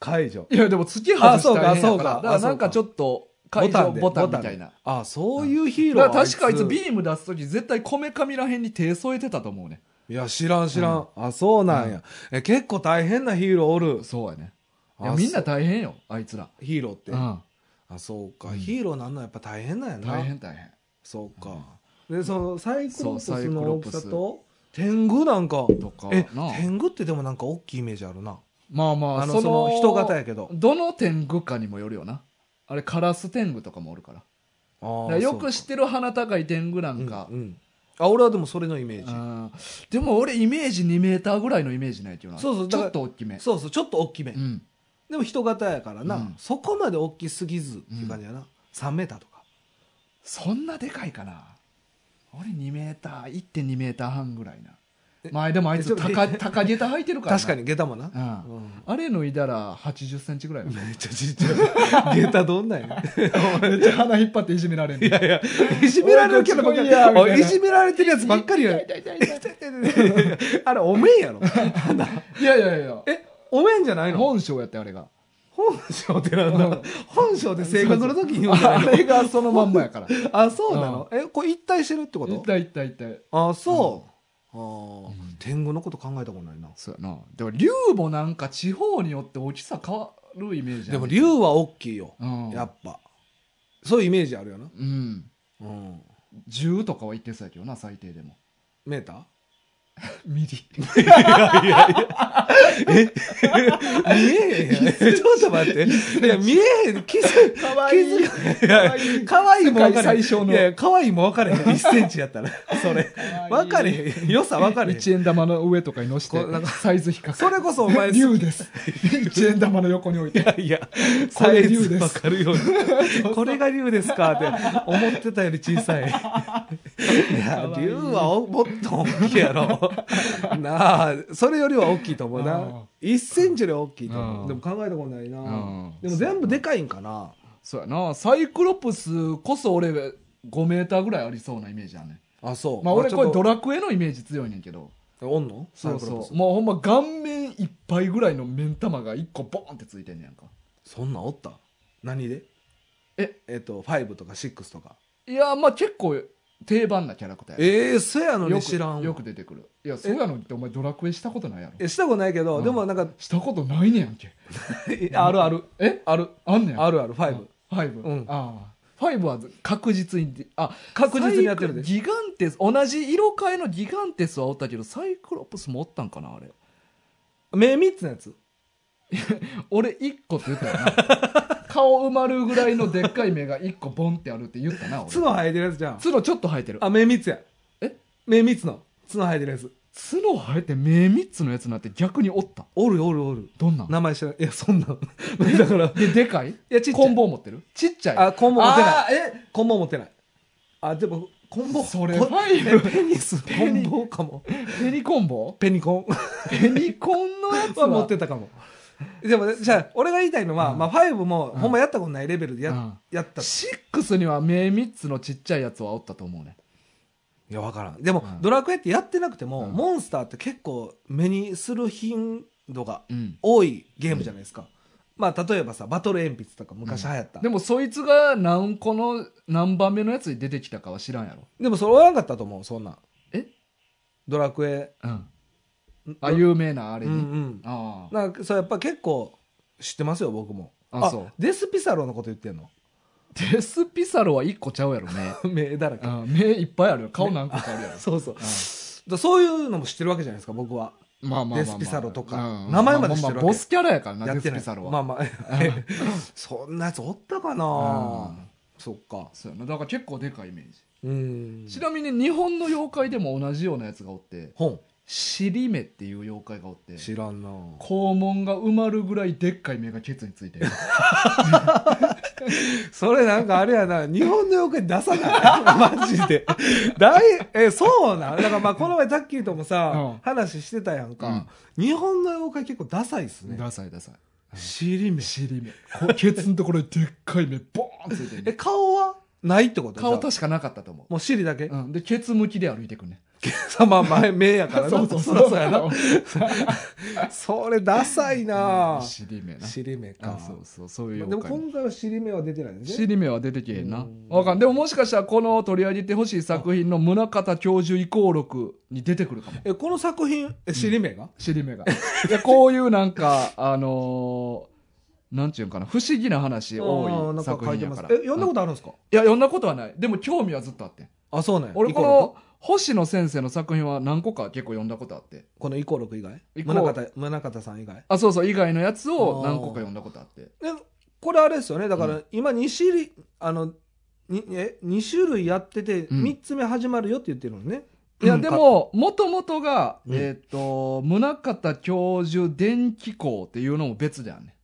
[SPEAKER 2] 解除。
[SPEAKER 1] いやでも突き外したら
[SPEAKER 2] あ
[SPEAKER 1] 変
[SPEAKER 2] そ
[SPEAKER 1] や
[SPEAKER 2] うかそう
[SPEAKER 1] か
[SPEAKER 2] から
[SPEAKER 1] だからなんか
[SPEAKER 2] あ
[SPEAKER 1] ち
[SPEAKER 2] そ
[SPEAKER 1] ょっと解除ボタンみたいな。
[SPEAKER 2] であ、そういうヒーロ
[SPEAKER 1] だ
[SPEAKER 2] ーは
[SPEAKER 1] から確かあいつ
[SPEAKER 2] ー
[SPEAKER 1] ビーム出す時絶対こめかみらへんに手添えてたと思うね
[SPEAKER 2] いや、知らん知らん。あ、そうなんや、え。結構大変なヒーローおる。
[SPEAKER 1] そうやねいや
[SPEAKER 2] あ
[SPEAKER 1] みんな大変よあいつら、
[SPEAKER 2] ヒーローって。
[SPEAKER 1] うん、
[SPEAKER 2] あ、そうか。
[SPEAKER 1] うん
[SPEAKER 2] ヒーローなんのやっぱ大変なんやな。
[SPEAKER 1] 大変大変
[SPEAKER 2] そうか。で、そのサイクロプス
[SPEAKER 1] そうサイク
[SPEAKER 2] の
[SPEAKER 1] ロ
[SPEAKER 2] 大
[SPEAKER 1] プ
[SPEAKER 2] き
[SPEAKER 1] ス
[SPEAKER 2] さと、天狗なんか。
[SPEAKER 1] とか
[SPEAKER 2] え、
[SPEAKER 1] な
[SPEAKER 2] 天狗ってでもなんか大きいイメージあるな。
[SPEAKER 1] まあまあ
[SPEAKER 2] あの、その人型やけど。
[SPEAKER 1] どの天狗かにもよるよなあれカラス天狗とかもおるからだ
[SPEAKER 2] あ
[SPEAKER 1] か
[SPEAKER 2] あ
[SPEAKER 1] らよく知ってる鼻高い天狗なんか、
[SPEAKER 2] うんうんあ、俺はでもそれのイメー
[SPEAKER 1] う
[SPEAKER 2] ジ。
[SPEAKER 1] んでも俺イメージ2メーターぐらいのイメージないっていうのは
[SPEAKER 2] そうそう
[SPEAKER 1] ち
[SPEAKER 2] だか
[SPEAKER 1] ょっ
[SPEAKER 2] ら
[SPEAKER 1] と大きめ
[SPEAKER 2] そうそう、ちょっと大きめ
[SPEAKER 1] う。ん
[SPEAKER 2] でも人型やから
[SPEAKER 1] うん
[SPEAKER 2] な。そこまで大きすぎずっていう感じやな。3メーターとか。
[SPEAKER 1] そんなでかいかな俺2メーター1.2メーター半ぐらいな
[SPEAKER 2] え
[SPEAKER 1] 前でもあい
[SPEAKER 2] えち
[SPEAKER 1] つ
[SPEAKER 2] ょっと
[SPEAKER 1] 高高下駄履いてるからな
[SPEAKER 2] 確かに、下駄もな
[SPEAKER 1] う。ん
[SPEAKER 2] うん
[SPEAKER 1] あれ脱いだら80センチぐらいだ ね
[SPEAKER 2] めっちゃちっちゃい。下 駄どんなんや。
[SPEAKER 1] めっちゃ鼻引っ張っていじめられん
[SPEAKER 2] い
[SPEAKER 1] ね
[SPEAKER 2] やいや、いじめられるキャラばっかりや
[SPEAKER 1] おいこっち来いやみたいな
[SPEAKER 2] おいいじめられてるやつばっかりや。
[SPEAKER 1] 痛い痛い痛い痛い
[SPEAKER 2] あれ、おめんやろ。
[SPEAKER 1] いやいやいや
[SPEAKER 2] え、おめんじゃないの
[SPEAKER 1] 本性やってあれが
[SPEAKER 2] 本性ってなん
[SPEAKER 1] うん
[SPEAKER 2] だ本性で生活の時に言うんじゃ な
[SPEAKER 1] あ
[SPEAKER 2] いの
[SPEAKER 1] れがそのまんまやから。
[SPEAKER 2] あそうなの、えこれ一体してるってこ
[SPEAKER 1] 一
[SPEAKER 2] と
[SPEAKER 1] 体一体一体。
[SPEAKER 2] あそう、あー
[SPEAKER 1] うん
[SPEAKER 2] 天狗のこと考えたことないな
[SPEAKER 1] そうやな。でも竜もなんか地方によって大きさ変わるイメージ
[SPEAKER 2] で
[SPEAKER 1] やね
[SPEAKER 2] も竜、は大きいよ、
[SPEAKER 1] うん、
[SPEAKER 2] やっぱそういうイメージあるよな、
[SPEAKER 1] うん。
[SPEAKER 2] うん、
[SPEAKER 1] 10とかは一定数やけどな、最低でも。
[SPEAKER 2] メーター
[SPEAKER 1] ミリ。
[SPEAKER 2] 見えへん ちょっと待っていや見えへん気づ
[SPEAKER 1] かわ
[SPEAKER 2] 気づいや可愛いも分
[SPEAKER 1] 世
[SPEAKER 2] かれへん
[SPEAKER 1] 界最小の
[SPEAKER 2] いやいや可愛いも分かれへん1センチやったらそれ分かれへん良さ分かれへん
[SPEAKER 1] 1円玉の上とかに乗せて
[SPEAKER 2] こうなんか
[SPEAKER 1] サイズ比較
[SPEAKER 2] それこそお前
[SPEAKER 1] 竜 です1円玉の横に置いて
[SPEAKER 2] いや、
[SPEAKER 1] これ
[SPEAKER 2] サイ
[SPEAKER 1] 竜
[SPEAKER 2] ズ
[SPEAKER 1] です
[SPEAKER 2] わかるように。 これが竜ですかって思ってたより小 さい。いや、竜はおもっと大きいや ろ。なあ、それよりは大きいと思う
[SPEAKER 1] あ
[SPEAKER 2] な。1センチより大きいと思
[SPEAKER 1] あ
[SPEAKER 2] う。でも考えたことないな
[SPEAKER 1] あ。
[SPEAKER 2] でも全部でかいんかな。
[SPEAKER 1] そうやなサイクロプスこそ俺5メーターぐらいありそうなイメージやね
[SPEAKER 2] あ、そう。
[SPEAKER 1] まあ俺これド
[SPEAKER 2] ラ。
[SPEAKER 1] ラクエのイメージ強いねんけど
[SPEAKER 2] おんの
[SPEAKER 1] そう
[SPEAKER 2] サイクロ
[SPEAKER 1] そ
[SPEAKER 2] プス
[SPEAKER 1] うもうほんま顔面いっぱいぐらいの目ん玉が1個ボーンってついてんねやんか
[SPEAKER 2] そんなんおった何で
[SPEAKER 1] え
[SPEAKER 2] えっと、5とか6とか。
[SPEAKER 1] いやまあ結構定番なキャラクターや
[SPEAKER 2] ええ、そやの
[SPEAKER 1] よ
[SPEAKER 2] に
[SPEAKER 1] く
[SPEAKER 2] 知らんわ
[SPEAKER 1] よく出てくるいやそうやのにってお前ドラクエしたことないやろ
[SPEAKER 2] え、したことないけ
[SPEAKER 1] う
[SPEAKER 2] ど、
[SPEAKER 1] ん
[SPEAKER 2] でもなんか、
[SPEAKER 1] したことないねやんけ
[SPEAKER 2] あるある。
[SPEAKER 1] え
[SPEAKER 2] ある。
[SPEAKER 1] あんねや
[SPEAKER 2] あるある、5。
[SPEAKER 1] ファイブ
[SPEAKER 2] うん
[SPEAKER 1] ああファイブは確実にであ
[SPEAKER 2] 確実にやってるで
[SPEAKER 1] サイクギガンテス同じ色変えのギガンテスはおったけどサイクロプスもおったんかなあれ
[SPEAKER 2] 目三つのやつ
[SPEAKER 1] 俺1個って言ったよ な顔埋まるぐらいのでっかい目が1個ボンってあるって言ったな俺
[SPEAKER 2] 角生えてるやつじゃん。
[SPEAKER 1] 角ちょっと生えてる
[SPEAKER 2] あ、目密や。
[SPEAKER 1] え
[SPEAKER 2] 目密の。角生えてるやつ。
[SPEAKER 1] 角生えて目3つのやつなんて逆におった
[SPEAKER 2] おるおるおる。
[SPEAKER 1] どんなん
[SPEAKER 2] 名前知らない。いや、そんなん。 だから、い
[SPEAKER 1] ででかい
[SPEAKER 2] や、ちっちゃ
[SPEAKER 1] 棍
[SPEAKER 2] い。
[SPEAKER 1] 棒持ってるちっちゃい
[SPEAKER 2] あ、コンボ持てない。
[SPEAKER 1] あーえ
[SPEAKER 2] コンボ持てない。あ、でも、コンボ。
[SPEAKER 1] それ
[SPEAKER 2] こ
[SPEAKER 1] ファイル
[SPEAKER 2] えペニス。コ
[SPEAKER 1] ペニ
[SPEAKER 2] ンボかも。
[SPEAKER 1] ペニコンボ
[SPEAKER 2] ペニコン。
[SPEAKER 1] ペニコンのやつは
[SPEAKER 2] は持ってたかも。でもね、じゃあ、俺が言いたいのは、
[SPEAKER 1] うん
[SPEAKER 2] まあ、5も、
[SPEAKER 1] うん
[SPEAKER 2] ほんまやったことないレベルでや,、
[SPEAKER 1] うん
[SPEAKER 2] やった。い
[SPEAKER 1] 6には目3つのちっちゃいやつはおったと思うね
[SPEAKER 2] や、わからん。でも、
[SPEAKER 1] うん
[SPEAKER 2] ドラクエってやってなくて
[SPEAKER 1] う
[SPEAKER 2] も、
[SPEAKER 1] ん
[SPEAKER 2] モンスターって結構目にする頻度が
[SPEAKER 1] うん
[SPEAKER 2] 多いゲームじゃないですか。まあ、例えばさ、バトル鉛筆とか昔流行った。
[SPEAKER 1] でもそいつが何個の何番目のやつに出てきたかは知らんやろ
[SPEAKER 2] でも、それおらんかったと思う、そんなん。
[SPEAKER 1] え
[SPEAKER 2] ドラクエ。
[SPEAKER 1] うんあ有名なあ
[SPEAKER 2] う
[SPEAKER 1] れ
[SPEAKER 2] んう
[SPEAKER 1] に、
[SPEAKER 2] ん。
[SPEAKER 1] ああ
[SPEAKER 2] なんか、そう、やっぱ結構知ってますよ、僕も。
[SPEAKER 1] あそう
[SPEAKER 2] デスピサロのこと言ってんの
[SPEAKER 1] デスピサロは1個ちゃうやろね
[SPEAKER 2] 目だらけ。
[SPEAKER 1] あ目いっぱいあるよ顔何個かある やろ、
[SPEAKER 2] そうそう。
[SPEAKER 1] う
[SPEAKER 2] だか
[SPEAKER 1] ん
[SPEAKER 2] らそういうのも知ってるわけじゃないですか、僕は。
[SPEAKER 1] まあまあまあまあ
[SPEAKER 2] デスピサロとか名前まで知ってるわけ
[SPEAKER 1] ああボスキャラやからな
[SPEAKER 2] や
[SPEAKER 1] デ
[SPEAKER 2] って
[SPEAKER 1] ス
[SPEAKER 2] ない
[SPEAKER 1] ピサロは、
[SPEAKER 2] まあまあ
[SPEAKER 1] うん
[SPEAKER 2] そんなやつおったかな、
[SPEAKER 1] うん
[SPEAKER 2] そっか
[SPEAKER 1] そうやなだから結構でかいイメージ、
[SPEAKER 2] うん
[SPEAKER 1] ちなみに日本の妖怪でも同じようなやつがおって
[SPEAKER 2] 本
[SPEAKER 1] 尻目っていう妖怪がおって
[SPEAKER 2] 知らんな
[SPEAKER 1] 肛門が埋まるぐらいでっかい目がケツについてる
[SPEAKER 2] それなんかあれやな日本の妖怪出さない マジでだいえそうなんだからまあこの前タッキーともさ、
[SPEAKER 1] うん
[SPEAKER 2] 話してたやんか、日本の妖怪結構 ダサいっすね
[SPEAKER 1] ダサいダサい
[SPEAKER 2] 尻目
[SPEAKER 1] 尻目こうケツのところにでっかい目ボーンついてる
[SPEAKER 2] え顔はないってこと
[SPEAKER 1] 顔
[SPEAKER 2] じゃあ
[SPEAKER 1] 確かなかったと思う
[SPEAKER 2] もう尻だけ、
[SPEAKER 1] うん、でケツ向きで歩いてくんね
[SPEAKER 2] さまあ前目 やからなそらそう やなそれダサいな
[SPEAKER 1] 尻目な
[SPEAKER 2] 尻目か
[SPEAKER 1] あそうそうそういう妖
[SPEAKER 2] まあでも
[SPEAKER 1] 怪も
[SPEAKER 2] 今回は尻目は出てないんですね。
[SPEAKER 1] 尻目は出てけへんな
[SPEAKER 2] うん
[SPEAKER 1] わかんでももしかしたらこの取り上げてほしい作品の宗像教授移行録に出てくるかも
[SPEAKER 2] え、この作品、え、尻目が、
[SPEAKER 1] 尻目がいやこういうなん かあのーなんちゅうんかな不思議な話
[SPEAKER 2] あー
[SPEAKER 1] 多
[SPEAKER 2] ないんか
[SPEAKER 1] 作
[SPEAKER 2] 書
[SPEAKER 1] 品
[SPEAKER 2] いて
[SPEAKER 1] や
[SPEAKER 2] ま
[SPEAKER 1] か
[SPEAKER 2] す。
[SPEAKER 1] ら
[SPEAKER 2] え、読んだ
[SPEAKER 1] う
[SPEAKER 2] ことあるんですか、
[SPEAKER 1] いや読んだことはないでも興味はずっとあってん
[SPEAKER 2] あ、そうね。
[SPEAKER 1] 俺
[SPEAKER 2] イコ
[SPEAKER 1] こ
[SPEAKER 2] ロ
[SPEAKER 1] の星野先生の作品は何個か結構読んだことあって
[SPEAKER 2] クこのイコロク以外
[SPEAKER 1] イコ
[SPEAKER 2] 宗方、宗方さん以外
[SPEAKER 1] あそうそう以外のやつを何個か読んだことあ って
[SPEAKER 2] え、これあれですよね。だか
[SPEAKER 1] う
[SPEAKER 2] ら、今2種類、あの、にえ2種類やってて、
[SPEAKER 1] うん
[SPEAKER 2] 3つ目始まるよって言ってるのね。
[SPEAKER 1] いや
[SPEAKER 2] うん
[SPEAKER 1] で、ももともとが、
[SPEAKER 2] うん
[SPEAKER 1] えっ、と宗像教授電気工っていうのも別だよね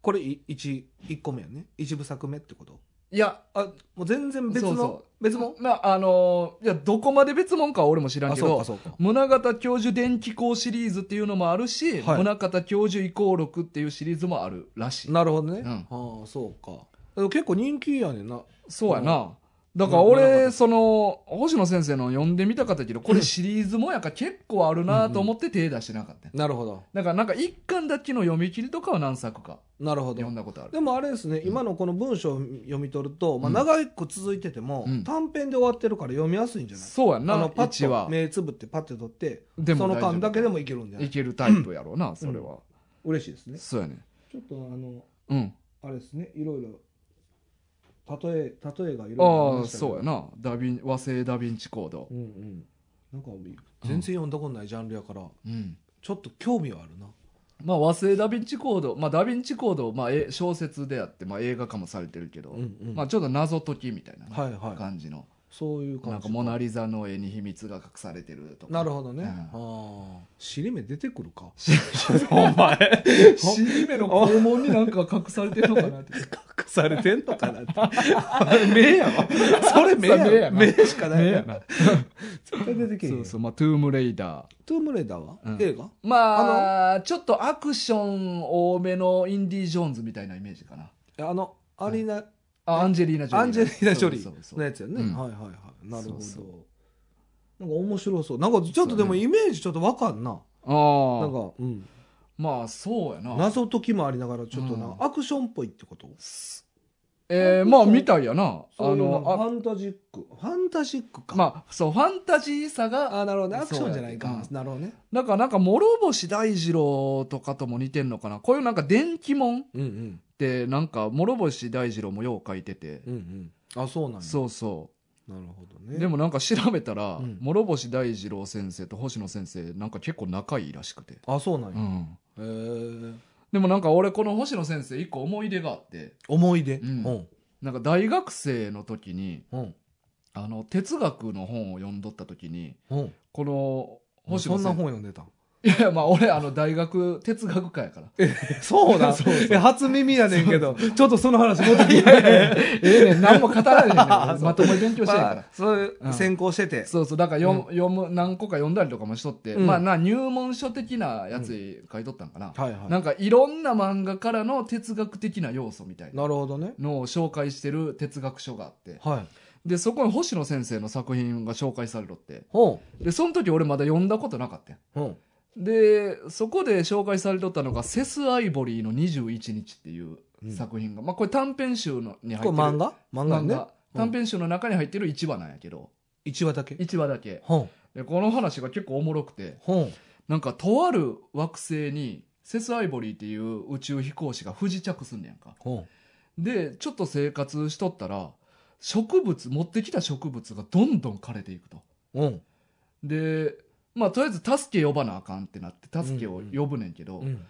[SPEAKER 2] これい一一個目やね。一部作目ってこと
[SPEAKER 1] いや
[SPEAKER 2] あ、もう全然別の、
[SPEAKER 1] そうそ
[SPEAKER 2] 別物
[SPEAKER 1] まああのーいやどこまで別もんかは俺も知らん
[SPEAKER 2] あ、
[SPEAKER 1] け
[SPEAKER 2] そう
[SPEAKER 1] ど
[SPEAKER 2] か、そうか。
[SPEAKER 1] 宗像教授電気工シリーズっていうのもあるし、
[SPEAKER 2] はい
[SPEAKER 1] 宗像教授移行録っていうシリーズもあるらしい
[SPEAKER 2] なるほどね。
[SPEAKER 1] うん
[SPEAKER 2] ああ、そうか。でも結構人気やねんな。
[SPEAKER 1] そうやなだから俺、
[SPEAKER 2] 宗像
[SPEAKER 1] その星野先生の読んでみたかったけどこれシリーズもやから結構あるなと思って手出してなかった、
[SPEAKER 2] なるほど。
[SPEAKER 1] だからなんか一巻だけの読み切りとかは何作か
[SPEAKER 2] なるほ
[SPEAKER 1] 読
[SPEAKER 2] ど
[SPEAKER 1] ん。だことある
[SPEAKER 2] でもあれですね、今のこの文章を読み取ると、まあ、
[SPEAKER 1] うん
[SPEAKER 2] 長く続いてても、
[SPEAKER 1] うん
[SPEAKER 2] 短編で終わってるから読みやすいんじゃない、
[SPEAKER 1] そうや
[SPEAKER 2] あ
[SPEAKER 1] な
[SPEAKER 2] のパ
[SPEAKER 1] 一
[SPEAKER 2] ッと
[SPEAKER 1] は
[SPEAKER 2] 目つぶってパッて取って
[SPEAKER 1] で
[SPEAKER 2] そ
[SPEAKER 1] も
[SPEAKER 2] の
[SPEAKER 1] 大丈夫
[SPEAKER 2] 間だけでもいけるんじゃないい
[SPEAKER 1] けるタイプやろうなそれは、
[SPEAKER 2] 嬉しいですね
[SPEAKER 1] そうやね
[SPEAKER 2] ちょっとあの
[SPEAKER 1] うん
[SPEAKER 2] あれですねいろいろ例え例えがいろいろ
[SPEAKER 1] あ
[SPEAKER 2] り
[SPEAKER 1] あ
[SPEAKER 2] ましたけど
[SPEAKER 1] そうやなダヴィン和製ダヴィンチコード
[SPEAKER 2] うんうんなんか全然読んだことないジャンルやから、
[SPEAKER 1] うん
[SPEAKER 2] ちょっと興味はあるな
[SPEAKER 1] まあ和製ダヴィンチコードまあダヴィンチコードまあえ小説であってまあ映画化もされてるけど、
[SPEAKER 2] うんうん
[SPEAKER 1] まあちょっと謎解きみたいなね、
[SPEAKER 2] はいはい
[SPEAKER 1] 感じの
[SPEAKER 2] そういう感じ
[SPEAKER 1] なんかモナ・リザの絵に秘密が隠されてるとか
[SPEAKER 2] なるほどね、
[SPEAKER 1] うん
[SPEAKER 2] ああ尻目出てくるか
[SPEAKER 1] お前 尻目の肛門になんか隠されてるのかな って
[SPEAKER 2] 隠されてんのかなって。目やわ。 それ目や
[SPEAKER 1] それ目やな
[SPEAKER 2] わ目しかない
[SPEAKER 1] 目
[SPEAKER 2] や
[SPEAKER 1] や
[SPEAKER 2] ん。
[SPEAKER 1] な
[SPEAKER 2] 絶対出てけえ
[SPEAKER 1] そう
[SPEAKER 2] へん
[SPEAKER 1] そうまあトゥームレイダー
[SPEAKER 2] トゥームレイダーは
[SPEAKER 1] うん
[SPEAKER 2] 映画
[SPEAKER 1] まあちょっとアクション多めのインディ・ジョーンズみたいなイメージかな
[SPEAKER 2] あの、アリーナ、
[SPEAKER 1] あアンジェリーナ・ジョリー
[SPEAKER 2] アンジェリーナ・ジョリ
[SPEAKER 1] そう
[SPEAKER 2] ー
[SPEAKER 1] そう
[SPEAKER 2] の
[SPEAKER 1] そう
[SPEAKER 2] やつやね。はい
[SPEAKER 1] うん
[SPEAKER 2] はいはい。なるほ
[SPEAKER 1] そうそう
[SPEAKER 2] ど。なんか面白そう。なんかちょっとでもイメージちょっとわかんな。
[SPEAKER 1] あ
[SPEAKER 2] な
[SPEAKER 1] あ
[SPEAKER 2] んか、うん
[SPEAKER 1] まあそうやな
[SPEAKER 2] 謎解きもありながらちょっとなんかアクションっぽいってこと
[SPEAKER 1] すえー、まあみたいやなあ
[SPEAKER 2] そういうなんかフ
[SPEAKER 1] の
[SPEAKER 2] ァンタジック。ファンタジック
[SPEAKER 1] あ
[SPEAKER 2] か。
[SPEAKER 1] まあそうファンタジーさが
[SPEAKER 2] あー、なるほどね。アクションじゃない
[SPEAKER 1] そうや
[SPEAKER 2] か
[SPEAKER 1] ね。
[SPEAKER 2] なるほどね。
[SPEAKER 1] なんかなんか諸星大二郎とかとも似てんのかなこういうなんか電気もんっ
[SPEAKER 2] うんうん。
[SPEAKER 1] てなんか諸星大二郎もよう書いてて、
[SPEAKER 2] うんうん。あ、そうなんや
[SPEAKER 1] そうそ
[SPEAKER 2] なるほど
[SPEAKER 1] う
[SPEAKER 2] ね。
[SPEAKER 1] でもなんか調べたら、
[SPEAKER 2] うん
[SPEAKER 1] 諸星大二郎先生と星野先生なんか結構仲いいらしくて
[SPEAKER 2] あそうなん
[SPEAKER 1] う
[SPEAKER 2] や、
[SPEAKER 1] ん
[SPEAKER 2] へえ
[SPEAKER 1] でもなんか俺この星野先生一個思い出があって、
[SPEAKER 2] 思い出。
[SPEAKER 1] うん
[SPEAKER 2] うん。
[SPEAKER 1] なんか大学生の時に、
[SPEAKER 2] うん。
[SPEAKER 1] あの、哲学の本を読んどった時に、
[SPEAKER 2] うん。
[SPEAKER 1] この、星
[SPEAKER 2] そ
[SPEAKER 1] 野
[SPEAKER 2] んな
[SPEAKER 1] 先生。
[SPEAKER 2] 本読んでたん
[SPEAKER 1] いやいや、まあ俺あの大学哲学科やから。
[SPEAKER 2] そうだ。
[SPEAKER 1] そうそう
[SPEAKER 2] え初耳やねんけど、ちょっとその話もっと聞い
[SPEAKER 1] いやいや
[SPEAKER 2] て。
[SPEAKER 1] いや ええねん、何も語られへ んねん
[SPEAKER 2] あそう
[SPEAKER 1] まともに勉強してへんから。
[SPEAKER 2] まあそういううん先行してて。
[SPEAKER 1] そうそう、だから読,、読む、何個か読んだりとかもしとって、
[SPEAKER 2] うん
[SPEAKER 1] まあな、入門書的なやつ書いとったんかな。
[SPEAKER 2] はいはい。
[SPEAKER 1] なんかいろんな漫画からの哲学的な要素みたいな
[SPEAKER 2] なるほどね。
[SPEAKER 1] のを紹介してる哲学書があって、
[SPEAKER 2] はい。
[SPEAKER 1] で、そこに星野先生の作品が紹介されろって。
[SPEAKER 2] ほ
[SPEAKER 1] で、その時俺まだ読んだことなかったよ
[SPEAKER 2] う。うん。
[SPEAKER 1] で、そこで紹介されとったのが、セス・アイボリーの21日っていう作品が、まあこれ短編集のに入っ
[SPEAKER 2] こ
[SPEAKER 1] て
[SPEAKER 2] れ
[SPEAKER 1] る。
[SPEAKER 2] 漫画漫画
[SPEAKER 1] 漫
[SPEAKER 2] ね。
[SPEAKER 1] 画短編集の中に入ってる1話なんやけど、
[SPEAKER 2] 一話だけ。
[SPEAKER 1] 1話だけ。
[SPEAKER 2] ほう。
[SPEAKER 1] でこの話が結構おもろくて、
[SPEAKER 2] ほ
[SPEAKER 1] なんかとある惑星にセス・アイボリーっていう宇宙飛行士が不時着すんねやんか
[SPEAKER 2] う。ほ
[SPEAKER 1] でちょっと生活しとったら植物持ってきた植物がどんどん枯れていくと
[SPEAKER 2] う。うん。
[SPEAKER 1] でまあとりあえず助け呼ばなあかんってなって助けを呼ぶねんけど、
[SPEAKER 2] うん。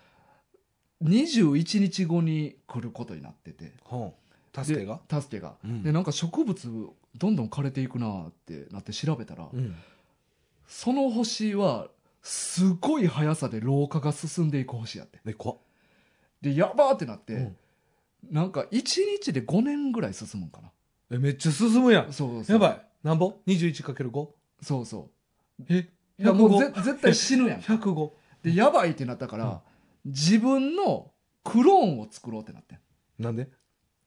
[SPEAKER 1] 21日後に来ることになってて
[SPEAKER 2] ほう。助けが
[SPEAKER 1] で助けが、
[SPEAKER 2] うん
[SPEAKER 1] でなんか植物どんどん枯れていくなあってなって調べたら、
[SPEAKER 2] うん。
[SPEAKER 1] その星はすごい速さで老化が進んでいく星やって
[SPEAKER 2] で、こ
[SPEAKER 1] でやばーってなって、
[SPEAKER 2] うん
[SPEAKER 1] なんか1日で5年ぐらい進むんか
[SPEAKER 2] え、めっちゃ進むや。
[SPEAKER 1] なんそうそう
[SPEAKER 2] やばい。なんぼ ?21×5?
[SPEAKER 1] そうそう
[SPEAKER 2] え
[SPEAKER 1] いやもうぜ
[SPEAKER 2] 105
[SPEAKER 1] 絶対死ぬ やん
[SPEAKER 2] 105。
[SPEAKER 1] でやばいってなったから、自分のクローンを作ろうってなってん
[SPEAKER 2] なんで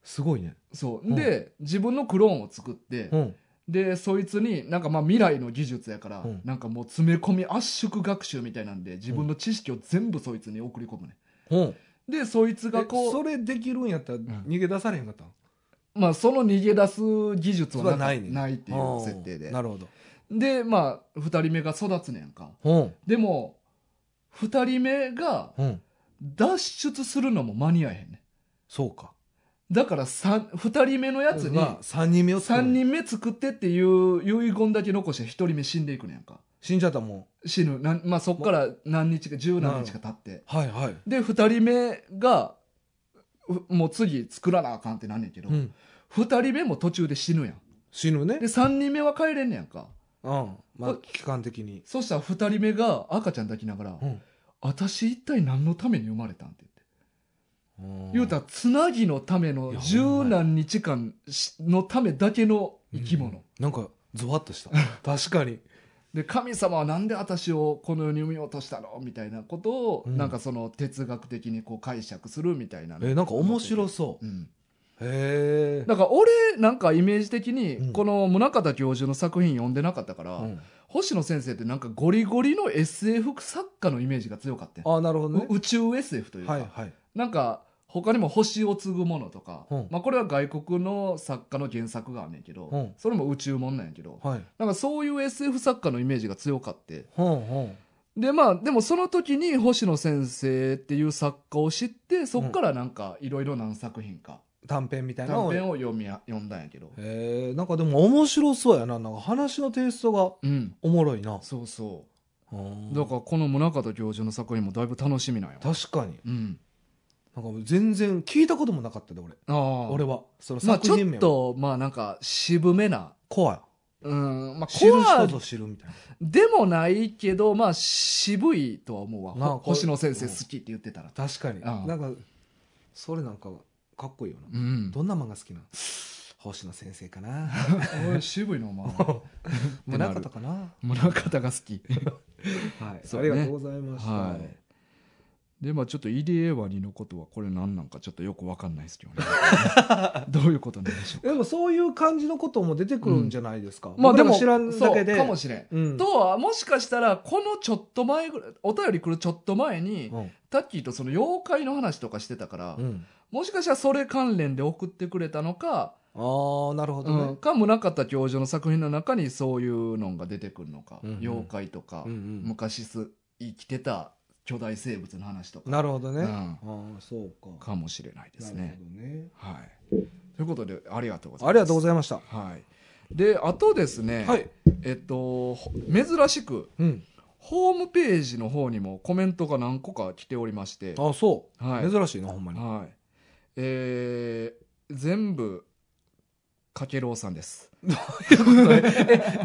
[SPEAKER 2] すごいね。
[SPEAKER 1] そうで、自分のクローンを作って、
[SPEAKER 2] うん。
[SPEAKER 1] でそいつになんかまあ未来の技術やから、
[SPEAKER 2] うん
[SPEAKER 1] なんかもう詰め込み圧縮学習みたいなんで自分の知識を全部そいつに送り込むね
[SPEAKER 2] うん。
[SPEAKER 1] でそいつが
[SPEAKER 2] え
[SPEAKER 1] こう
[SPEAKER 2] それできるんやったら
[SPEAKER 1] ん
[SPEAKER 2] 逃げ出されへんかったん
[SPEAKER 1] まあ、その逃げ出す技術はな
[SPEAKER 2] それはないね
[SPEAKER 1] ないっていう設定で
[SPEAKER 2] なるほど。
[SPEAKER 1] でまあ2人目が育つねんか
[SPEAKER 2] うん。
[SPEAKER 1] でも2人目が
[SPEAKER 2] うん。
[SPEAKER 1] 脱出するのも間に合えへんね
[SPEAKER 2] そうか。
[SPEAKER 1] んだから2人目のやつに
[SPEAKER 2] まあ三人目を作
[SPEAKER 1] 3
[SPEAKER 2] る
[SPEAKER 1] 人目作ってっていう遺言だけ残して1人目死んでいくねんか
[SPEAKER 2] 死んじゃったもん。
[SPEAKER 1] 死ぬなん、まあ、そっから何日か十何日か経って
[SPEAKER 2] はいはい。
[SPEAKER 1] で2人目がうもう次作らなあかんってなんねんけど、
[SPEAKER 2] う
[SPEAKER 1] 二
[SPEAKER 2] ん。
[SPEAKER 1] 2人目も途中で死ぬやん
[SPEAKER 2] 死ぬね
[SPEAKER 1] で。3人目は帰れんねやんか
[SPEAKER 2] うん。ま
[SPEAKER 1] こ
[SPEAKER 2] あ、期間的に。
[SPEAKER 1] そしたら2人目が赤ちゃん抱きながら
[SPEAKER 2] うん。
[SPEAKER 1] 「私一体何のために生まれたん?」って言って、言
[SPEAKER 2] 言
[SPEAKER 1] うたらつなぎのための
[SPEAKER 2] いや
[SPEAKER 1] 十何日間しのためだけの生き物、
[SPEAKER 2] なんか、ゾワッとした。確かに。
[SPEAKER 1] で神様はなんで私をこの世に産み落としたのみたいなことを、
[SPEAKER 2] うん
[SPEAKER 1] なんかその哲学的にこう解釈するみたいな、
[SPEAKER 2] え、なんか面白そう
[SPEAKER 1] う。ん、
[SPEAKER 2] へえ。
[SPEAKER 1] だから俺なんかイメージ的に、
[SPEAKER 2] うん
[SPEAKER 1] この宗像教授の作品読んでなかったから、
[SPEAKER 2] うん
[SPEAKER 1] 星野先生ってなんかゴリゴリの SF 作家のイメージが強かったよ
[SPEAKER 2] ああ、なるほどね
[SPEAKER 1] う。宇宙 SF というか、
[SPEAKER 2] はいはい。
[SPEAKER 1] なんか他にも「星を継ぐもの」とか、
[SPEAKER 2] うん
[SPEAKER 1] まあ、これは外国の作家の原作があんねんけど、
[SPEAKER 2] うん
[SPEAKER 1] それも宇宙もんなんやけど
[SPEAKER 2] はい。
[SPEAKER 1] なんかそういう SF 作家のイメージが強かって
[SPEAKER 2] ほんほん。
[SPEAKER 1] でまあでもその時に星野先生っていう作家を知ってそっからなんかいろいろ何作品か
[SPEAKER 2] 短編みたいなの
[SPEAKER 1] 短
[SPEAKER 2] を
[SPEAKER 1] 編を読みや読んだんやけど
[SPEAKER 2] へえなんかでも面白そうやななんか話のテイストが
[SPEAKER 1] うん
[SPEAKER 2] おもろいな、
[SPEAKER 1] そうそう
[SPEAKER 2] だ
[SPEAKER 1] だ
[SPEAKER 2] か
[SPEAKER 1] からこの宗像教授の作品もだいぶ楽しみなんよ
[SPEAKER 2] ら確かに
[SPEAKER 1] うん
[SPEAKER 2] なんか全然聞いたこともなかったで俺
[SPEAKER 1] ああ
[SPEAKER 2] 俺はその
[SPEAKER 1] まあ
[SPEAKER 2] 作
[SPEAKER 1] ちょ
[SPEAKER 2] 品
[SPEAKER 1] っ
[SPEAKER 2] 名は
[SPEAKER 1] とまあなんか渋めな
[SPEAKER 2] 怖い
[SPEAKER 1] うんまあ
[SPEAKER 2] 知る
[SPEAKER 1] コア
[SPEAKER 2] 人ぞ知るみたい
[SPEAKER 1] でもないけど、まあ、渋いとは思うわ。
[SPEAKER 2] なあ
[SPEAKER 1] ほ
[SPEAKER 2] これ
[SPEAKER 1] 星野先生好きって言ってたら。
[SPEAKER 2] な確かに
[SPEAKER 1] ああ
[SPEAKER 2] なんかそれなんかかっこいいよな、
[SPEAKER 1] うん。
[SPEAKER 2] どんな漫画好きなの星野先生か な
[SPEAKER 1] おい渋いの、お 前。
[SPEAKER 2] 宗方かな
[SPEAKER 1] 村方が好き。
[SPEAKER 2] はい、
[SPEAKER 1] そう
[SPEAKER 2] あ
[SPEAKER 1] ね
[SPEAKER 2] りがとうございました、
[SPEAKER 1] はいで、まあ、ちょっとイリエワニのことは、これ何なんかちょっとよくわかんないですけ どね。どういうことなんでしょ
[SPEAKER 2] でもそういう感じのことも出てくるんじゃないですか、
[SPEAKER 1] う。まあ、でも、
[SPEAKER 2] 僕ら知らんだけで
[SPEAKER 1] そうかもしれん。
[SPEAKER 2] うん
[SPEAKER 1] とは、もしかしたら、このちょっと前ぐらい、お便り来るちょっと前に、
[SPEAKER 2] うん
[SPEAKER 1] タッキーとその妖怪の話とかしてたから、
[SPEAKER 2] うん
[SPEAKER 1] もしかしたらそれ関連で送ってくれたのか、
[SPEAKER 2] ああなるほどね、
[SPEAKER 1] うん、か宗像教授の作品の中にそういうのが出てくるのか、
[SPEAKER 2] うんうん
[SPEAKER 1] 妖怪とか、
[SPEAKER 2] うんうん
[SPEAKER 1] 昔す生きてた巨大生物の話とか、
[SPEAKER 2] なるほどね、
[SPEAKER 1] う
[SPEAKER 2] あ
[SPEAKER 1] ん、
[SPEAKER 2] あそうか
[SPEAKER 1] かもしれないですね。
[SPEAKER 2] なる
[SPEAKER 1] はい、ということでありがとうございます。
[SPEAKER 2] ほどねありがとうご
[SPEAKER 1] ざい
[SPEAKER 2] ざいました
[SPEAKER 1] ます。はい、であとですね、
[SPEAKER 2] はい、
[SPEAKER 1] えっとほ珍しく
[SPEAKER 2] うん、
[SPEAKER 1] ホームページの方にもコメントが何個か来ておりまして、
[SPEAKER 2] あそう、
[SPEAKER 1] はい
[SPEAKER 2] 珍しいなほんま に
[SPEAKER 1] はいえー全部かけろうさんです
[SPEAKER 2] えど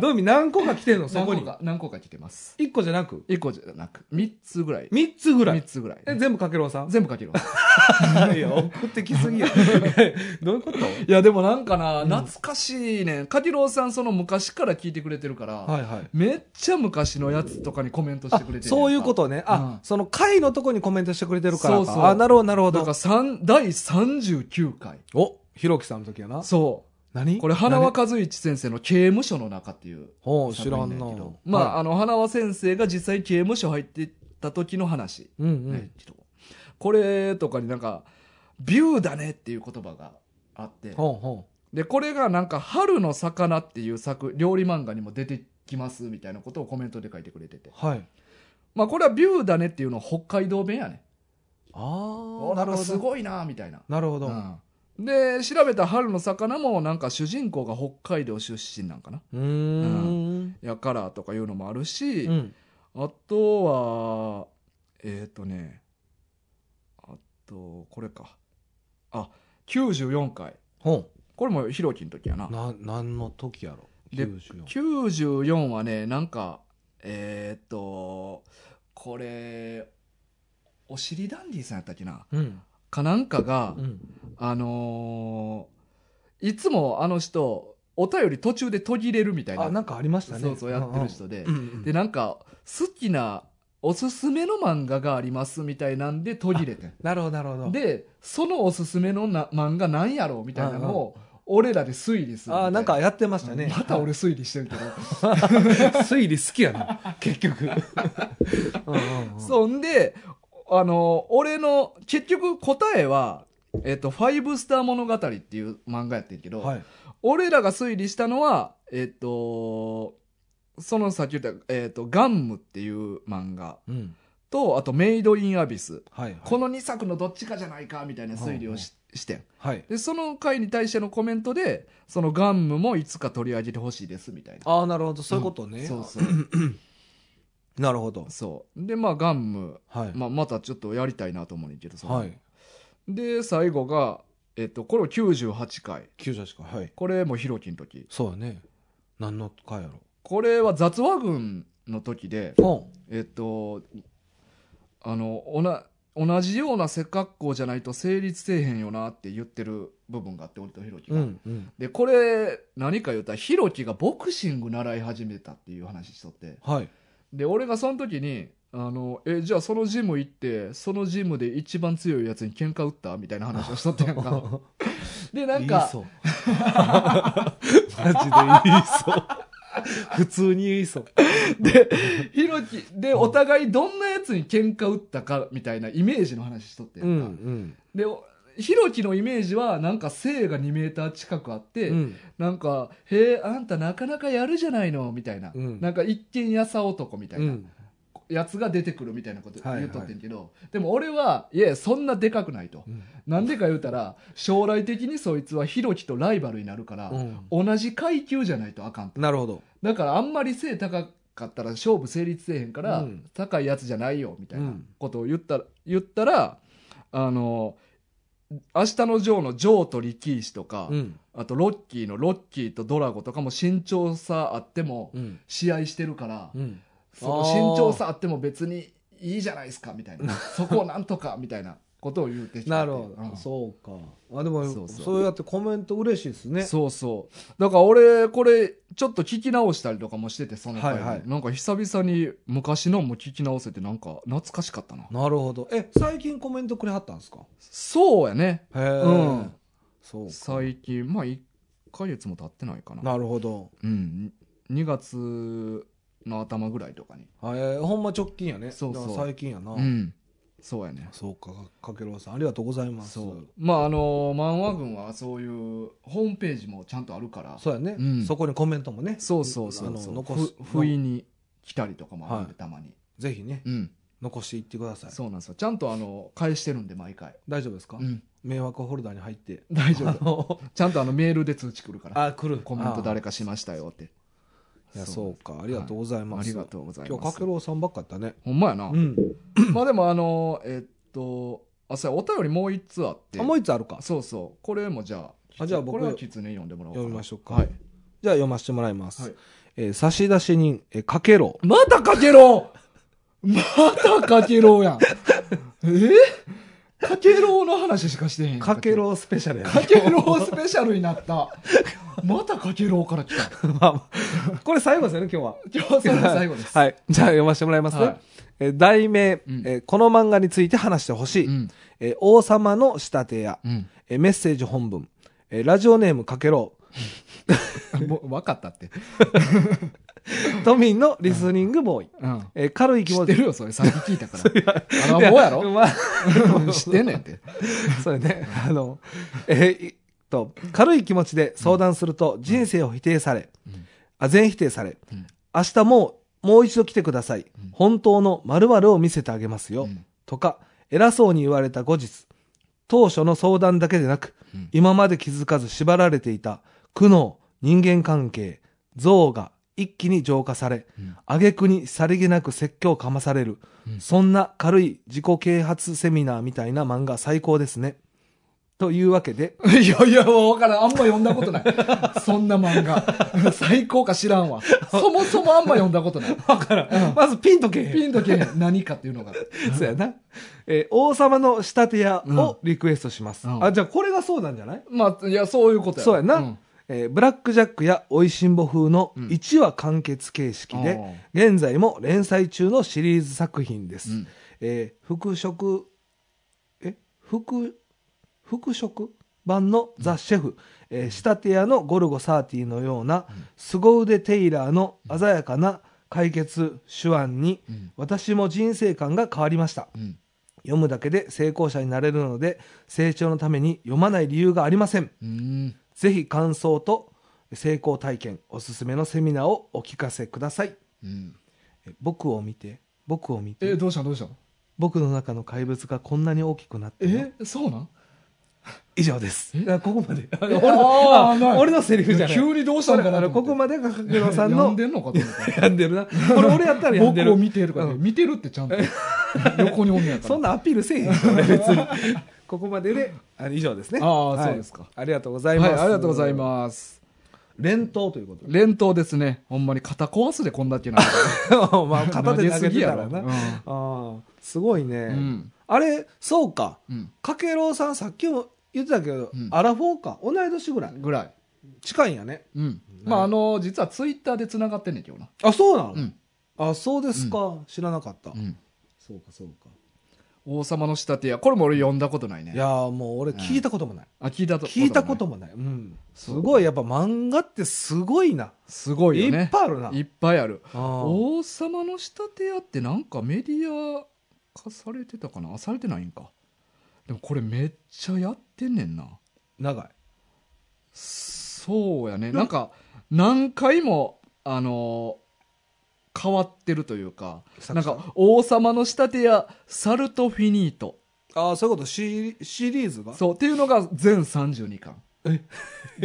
[SPEAKER 2] ういう意味何個か来てんのそ
[SPEAKER 1] 何
[SPEAKER 2] こに
[SPEAKER 1] 個か何個か来てます
[SPEAKER 2] 1個じゃなく
[SPEAKER 1] 1個じゃなく3つぐらい
[SPEAKER 2] 3つぐら
[SPEAKER 1] 3
[SPEAKER 2] い
[SPEAKER 1] つぐらい
[SPEAKER 2] え全部かけろ うさん
[SPEAKER 1] 全部かけろう
[SPEAKER 2] いや送ってきすぎや どういうこと
[SPEAKER 1] いやでもなんかな、
[SPEAKER 2] うん
[SPEAKER 1] 懐かしいねんかけろうさんその昔から聞いてくれてるから、
[SPEAKER 2] はいはい
[SPEAKER 1] めっちゃ昔のやつとかにコメントし
[SPEAKER 2] あ
[SPEAKER 1] てくれてる
[SPEAKER 2] そういうこととねあ、
[SPEAKER 1] うん
[SPEAKER 2] その回のとこにコメントしてくれてるからか
[SPEAKER 1] そうそう
[SPEAKER 2] あなるほどなるほ
[SPEAKER 1] だから
[SPEAKER 2] ど
[SPEAKER 1] 三第39回
[SPEAKER 2] おひろきさんの時やな
[SPEAKER 1] そ
[SPEAKER 2] 何
[SPEAKER 1] うこれ花輪
[SPEAKER 2] か
[SPEAKER 1] 和一先生の刑務所の中っていう
[SPEAKER 2] ほう知
[SPEAKER 1] 作
[SPEAKER 2] ら
[SPEAKER 1] 品
[SPEAKER 2] ん
[SPEAKER 1] だ
[SPEAKER 2] な
[SPEAKER 1] けどまあ,、
[SPEAKER 2] はい
[SPEAKER 1] あの花輪先生が実際刑務所入ってた時の話、
[SPEAKER 2] うんうん、
[SPEAKER 1] ねこれとかになんか「ビューだね」っていう言葉があって
[SPEAKER 2] ほうほ
[SPEAKER 1] でこれがなんか「春の魚」っていう作料理漫画にも出てきますみたいなことをコメントで書いてくれてて
[SPEAKER 2] うはい
[SPEAKER 1] まあこれは「ビューだね」っていうのは北海道弁やね
[SPEAKER 2] あ
[SPEAKER 1] お
[SPEAKER 2] あ
[SPEAKER 1] な
[SPEAKER 2] なんる
[SPEAKER 1] か
[SPEAKER 2] ほ
[SPEAKER 1] す
[SPEAKER 2] ど
[SPEAKER 1] ごいなみたいな
[SPEAKER 2] なるほど、
[SPEAKER 1] うん、で調べた春の魚もなんか主人公が北海道出身なんかな
[SPEAKER 2] うーん。
[SPEAKER 1] やからとかいうのもあるし、
[SPEAKER 2] うん。
[SPEAKER 1] あとはえっ、とねあとこれかあ94回
[SPEAKER 2] ほ
[SPEAKER 1] これもひろきの時やな
[SPEAKER 2] う。な、何の時やろ。
[SPEAKER 1] で
[SPEAKER 2] 94
[SPEAKER 1] 94はねなんかえっ、とこれおしりダンディさんやったっけな
[SPEAKER 2] うん。
[SPEAKER 1] かなんかが、
[SPEAKER 2] うん。
[SPEAKER 1] あのーいつもあの人、お便り途中で途切れるみたいな。
[SPEAKER 2] あ、なんかありましたね。
[SPEAKER 1] そうそう、やってる人で。
[SPEAKER 2] うん。うん。
[SPEAKER 1] で、なんか、好きな、おすすめの漫画がありますみたいなんで途切れてん
[SPEAKER 2] なるほど、なるほど。、
[SPEAKER 1] で、そのおすすめのな漫画なんやろうみたいなのを、俺らで推理するみたい。
[SPEAKER 2] あ、なんかやってましたね。
[SPEAKER 1] また俺推理して るけど。
[SPEAKER 2] 推理好きやな。結局。うん。う。
[SPEAKER 1] そんで、あの、俺の、結局答えは、えっと、ファイブスター物語っていう漫画やってんけど、
[SPEAKER 2] はい。
[SPEAKER 1] 俺らが推理したのは、えっ、と、そのさっき言った、えっ、と、ガンムっていう漫画
[SPEAKER 2] うん。
[SPEAKER 1] と、あと、メイドインアビス。
[SPEAKER 2] はい。
[SPEAKER 1] この2作のどっちかじゃないか、みたいな推理をし,、してん。
[SPEAKER 2] はい。
[SPEAKER 1] で、その回に対してのコメントで、そのガンムもいつか取り上げてほしいです、みたいな。
[SPEAKER 2] ああ、なるほど。そういうことね。
[SPEAKER 1] そう そう。
[SPEAKER 2] なるほど。
[SPEAKER 1] そう。で、まあ、ガンム、
[SPEAKER 2] はい。
[SPEAKER 1] まあ、またちょっとやりたいなと思うねんけど、その
[SPEAKER 2] はい。
[SPEAKER 1] で、最後が、えっ、と、これを98回。
[SPEAKER 2] 九社しか。はい。
[SPEAKER 1] これもヒロキの時。
[SPEAKER 2] そうやね。何のかやろ。
[SPEAKER 1] これは雑話群の時で、
[SPEAKER 2] ほ
[SPEAKER 1] えっと、あの、おな、同じような背格好じゃないと成立せえへんよなって言ってる部分があって、俺とヒロキ
[SPEAKER 2] う。う
[SPEAKER 1] が。
[SPEAKER 2] ん。うん。
[SPEAKER 1] で、これ、何か言ったら、ヒロキがボクシング習い始めたっていう話しとって。
[SPEAKER 2] はい。
[SPEAKER 1] で、俺がその時に、あの、え、じゃあそのジム行って、そのジムで一番強いやつに喧嘩打ったみたいな話をしとったやん か。で、なん
[SPEAKER 2] 言い
[SPEAKER 1] か、
[SPEAKER 2] そうマジで言いそう普通に言いそう
[SPEAKER 1] で、ヒロキ、で、お互いどんなやつに喧嘩打ったかみたいなイメージの話しとってや
[SPEAKER 2] うんん
[SPEAKER 1] か。でおひろきのイメージはなんか背が2メーター近くあっ
[SPEAKER 2] う
[SPEAKER 1] て、
[SPEAKER 2] んうん
[SPEAKER 1] なんか「へえあんたなかなかやるじゃないの」みたいな、
[SPEAKER 2] うん
[SPEAKER 1] なんか一見やさ男みたいうなんやつが出てくるみたいなこと
[SPEAKER 2] はいはい
[SPEAKER 1] 言っとってんけど、でも俺はいやそんなでかくないとなんでか言うたら将来的にそいつはひろきとライバルになるから、
[SPEAKER 2] うん
[SPEAKER 1] 同じ階級じゃないとあかんと
[SPEAKER 2] なるほど
[SPEAKER 1] だからあんまり背高かったら勝負成立せえへんから、
[SPEAKER 2] うん
[SPEAKER 1] 高いやつじゃないよみたいうなんことを言ったら言ったらあの「明日のジョー」の「ジョー」と「力士」とか、
[SPEAKER 2] うん
[SPEAKER 1] あと「ロッキー」の「ロッキー」と「ドラゴ」とかも身長差あっても
[SPEAKER 2] うん
[SPEAKER 1] 試合してるから、
[SPEAKER 2] うん
[SPEAKER 1] その
[SPEAKER 2] あー
[SPEAKER 1] 身長差あっても別にいいじゃないですかみたいなそこをなんとかみたいなことを言ってきて
[SPEAKER 2] なるほ
[SPEAKER 1] うん
[SPEAKER 2] どそうかあで
[SPEAKER 1] そう
[SPEAKER 2] も
[SPEAKER 1] そう
[SPEAKER 2] そうやってコメント嬉しいですね
[SPEAKER 1] そうそう。だから俺、これ、ちょっと聞き直したりとかもしてて、その回、ね
[SPEAKER 2] はいはい
[SPEAKER 1] なんか久々に昔のも聞き直せて、なんか懐かしかったな。
[SPEAKER 2] なるほどえ最近コメントくれはったんですか
[SPEAKER 1] そうやね。
[SPEAKER 2] へ
[SPEAKER 1] う
[SPEAKER 2] え
[SPEAKER 1] ん
[SPEAKER 2] そうか
[SPEAKER 1] 最近、まあ1ヶ月も経ってないかな。
[SPEAKER 2] なるほど
[SPEAKER 1] うん。2月の頭ぐらいとかに。
[SPEAKER 2] へえほんま直近やね
[SPEAKER 1] そうそう
[SPEAKER 2] だから最近やな
[SPEAKER 1] うん。そうやね。
[SPEAKER 2] そうかかけろうさんありがとうございます
[SPEAKER 1] そう。まああの、漫画群はそういうホームページもちゃんとあるから、
[SPEAKER 2] そうやね、
[SPEAKER 1] うん
[SPEAKER 2] そこにコメントもね
[SPEAKER 1] そうそうそう
[SPEAKER 2] あ
[SPEAKER 1] そ
[SPEAKER 2] の
[SPEAKER 1] う。
[SPEAKER 2] 残す
[SPEAKER 1] ふ不意に来たりとかもあるんで、
[SPEAKER 2] はい
[SPEAKER 1] たまに。
[SPEAKER 2] ぜひね
[SPEAKER 1] うん。
[SPEAKER 2] 残していってください
[SPEAKER 1] そうなんですよ。ちゃんとあの返してるんで毎回。
[SPEAKER 2] 大丈夫ですか、
[SPEAKER 1] うん
[SPEAKER 2] 迷惑ホルダーに入って
[SPEAKER 1] 大丈夫。
[SPEAKER 2] 夫
[SPEAKER 1] ちゃんとあのメールで通知来るから。
[SPEAKER 2] あ来る
[SPEAKER 1] コメント誰
[SPEAKER 2] か
[SPEAKER 1] かしましたよって。
[SPEAKER 2] いやそうかありがとうござい
[SPEAKER 1] あ
[SPEAKER 2] ます、
[SPEAKER 1] りがとうござい
[SPEAKER 2] 今日
[SPEAKER 1] ま
[SPEAKER 2] か
[SPEAKER 1] す
[SPEAKER 2] けろうさんばっかやったね
[SPEAKER 1] ほんまやな、
[SPEAKER 2] うん
[SPEAKER 1] まあでもあのえっとあそうやお便りもう一つあって
[SPEAKER 2] あもう一つあるか
[SPEAKER 1] そうそうこれもじゃあ
[SPEAKER 2] あじゃあ僕
[SPEAKER 1] これは狐読んでもらおうかな
[SPEAKER 2] 読みましょうか
[SPEAKER 1] はい、
[SPEAKER 2] じゃあ読ませてもらいます、
[SPEAKER 1] はい
[SPEAKER 2] えー差出人、えーかけろう
[SPEAKER 1] またかけろうまたかけろうやん。えかけろうの話しかしてへん。
[SPEAKER 2] かけ
[SPEAKER 1] う。
[SPEAKER 2] ろうスペシャルや
[SPEAKER 1] か
[SPEAKER 2] ね
[SPEAKER 1] けろうスペシャルになった。またかけろうから来た。
[SPEAKER 2] まあこれ最後ですよね今日は
[SPEAKER 1] 今日それ最後です。
[SPEAKER 2] はいじゃあ読ませてもらいますね、
[SPEAKER 1] はい
[SPEAKER 2] えー題名、
[SPEAKER 1] うん
[SPEAKER 2] えーこの漫画について話してほしい、
[SPEAKER 1] うん。
[SPEAKER 2] えー王様の仕立て屋、
[SPEAKER 1] うん。
[SPEAKER 2] えーメッセージ本文、えーラジオネームかけろう
[SPEAKER 1] もう、分かったって。
[SPEAKER 2] 都民のリスニングボーイ、
[SPEAKER 1] うん。
[SPEAKER 2] えー軽い気
[SPEAKER 1] 知
[SPEAKER 2] 持
[SPEAKER 1] っ
[SPEAKER 2] ち
[SPEAKER 1] てるよ、 それ。さっき聞いたから。あらもうやろ
[SPEAKER 2] まあ
[SPEAKER 1] 知ってんねんって。
[SPEAKER 2] それね、あの、えーいと、軽い気持ちで相談すると人生を否定され、
[SPEAKER 1] うん
[SPEAKER 2] あ、全否定され、
[SPEAKER 1] うん
[SPEAKER 2] 明日もう、もう一度来てください。
[SPEAKER 1] ん
[SPEAKER 2] 本当の〇〇を見せてあげますよ。
[SPEAKER 1] うん
[SPEAKER 2] とか、偉そうに言われた後日、当初の相談だけでなく、
[SPEAKER 1] うん
[SPEAKER 2] 今まで気づかず縛られていた苦悩、人間関係、憎悪が一気に浄化され、
[SPEAKER 1] うん
[SPEAKER 2] 挙句にさりげなく説教かまされる、
[SPEAKER 1] うん
[SPEAKER 2] そんな軽い自己啓発セミナーみたいな漫画最高ですね。というわけで、
[SPEAKER 1] いやいや、わからん。あんま読んだことない。そんな漫 画。最高か知らんわ。そもそもあんま読んだことない。
[SPEAKER 2] わから
[SPEAKER 1] ん
[SPEAKER 2] まずピンとけへん。
[SPEAKER 1] ピンとけへん何かっていうのが。
[SPEAKER 2] そうやな。えー王様の仕立て屋をリクエストします。
[SPEAKER 1] うん
[SPEAKER 2] あ、じゃあこれがそうなんじゃない
[SPEAKER 1] まあ、いや、そういうことや。
[SPEAKER 2] そうやな、
[SPEAKER 1] ん
[SPEAKER 2] えーブラックジャックや美味しんぼ風の
[SPEAKER 1] うん
[SPEAKER 2] 1話完結形式で、現在も連載中のシリーズ作品です。
[SPEAKER 1] うん
[SPEAKER 2] えー復職、え復、復職版のザ・シェフ、えー仕立て屋のゴルゴ30のような、凄腕テイラーの鮮やかな解決手腕に、
[SPEAKER 1] うん
[SPEAKER 2] 私も人生観が変わりました。
[SPEAKER 1] うん
[SPEAKER 2] 読むだけで成功者になれるので、成長のために読まない理由がありません。
[SPEAKER 1] うん
[SPEAKER 2] ぜひ感想と成功体験、おすすめのセミナーをお聞かせください。
[SPEAKER 1] うん
[SPEAKER 2] え僕を見て、僕を見
[SPEAKER 1] え、
[SPEAKER 2] て、
[SPEAKER 1] どうしたんどうしたん
[SPEAKER 2] 僕の中の怪物がこんなに大きくなってるの
[SPEAKER 1] え、そうなん
[SPEAKER 2] 以上です。
[SPEAKER 1] え
[SPEAKER 2] あここまで。
[SPEAKER 1] え
[SPEAKER 2] 俺
[SPEAKER 1] あー
[SPEAKER 2] のあ
[SPEAKER 1] ない
[SPEAKER 2] 俺のセリフじゃない。
[SPEAKER 1] 急にどうしたんかなと
[SPEAKER 2] あの
[SPEAKER 1] 思っ
[SPEAKER 2] こ
[SPEAKER 1] て
[SPEAKER 2] こまでが角野さん
[SPEAKER 1] やん
[SPEAKER 2] の
[SPEAKER 1] でんのかと思った
[SPEAKER 2] やんでるな。これ俺やったらやんで
[SPEAKER 1] 僕
[SPEAKER 2] る
[SPEAKER 1] を。見てるから、
[SPEAKER 2] う
[SPEAKER 1] 見てるってちゃんと。横におんねやから。
[SPEAKER 2] そんなアピールせえへんよ俺別に。ここまでで、あ以上ですね。
[SPEAKER 1] ああ
[SPEAKER 2] はい
[SPEAKER 1] そうですか。
[SPEAKER 2] ありがとうござい
[SPEAKER 1] は
[SPEAKER 2] ます。
[SPEAKER 1] い、ありがとうございます。
[SPEAKER 2] す。連投ということで。
[SPEAKER 1] 連投ですね。ほんまに肩壊すでこんだけな。
[SPEAKER 2] まあ、片手投げてたら
[SPEAKER 1] 投げすぎや
[SPEAKER 2] な。
[SPEAKER 1] ろ
[SPEAKER 2] ああ、すごいね。
[SPEAKER 1] うん。
[SPEAKER 2] あれ、そうか。
[SPEAKER 1] うん。
[SPEAKER 2] かけろうさん、さっきも言ってたけど、
[SPEAKER 1] うん
[SPEAKER 2] アラフォーか。同い年ぐらい。
[SPEAKER 1] ぐらい。
[SPEAKER 2] 近いんやね。
[SPEAKER 1] うん。まあ、あの、実はツイッターで繋がってんねんけどな。
[SPEAKER 2] あ、そうなの、
[SPEAKER 1] うん。
[SPEAKER 2] あ、そうですか。知らなかった。
[SPEAKER 1] うん。
[SPEAKER 2] そうか、そうか。
[SPEAKER 1] 王様の仕立て屋。これも俺読んだことないね
[SPEAKER 2] い。やーもう俺聞いたこともない。
[SPEAKER 1] あ、聞いたと。
[SPEAKER 2] 聞いたこともない。うん。す
[SPEAKER 1] そう
[SPEAKER 2] ごい、やっぱ漫画ってすごいな。
[SPEAKER 1] すごい
[SPEAKER 2] い
[SPEAKER 1] よね。
[SPEAKER 2] っぱいあるな。
[SPEAKER 1] いっぱいある。
[SPEAKER 2] あー
[SPEAKER 1] 王様の仕立て屋ってなんかメディア化されてたかなあされてないんか。でもこれめっちゃやってんねんな。
[SPEAKER 2] 長い。
[SPEAKER 1] そうやね。なんか何回も、あのー変わってるというか、
[SPEAKER 2] 作者
[SPEAKER 1] なんか王様の仕立て屋、サルトフィニート。
[SPEAKER 2] ああ、そういうこと、シリシリーズが
[SPEAKER 1] そう、っていうのが全32巻
[SPEAKER 2] え。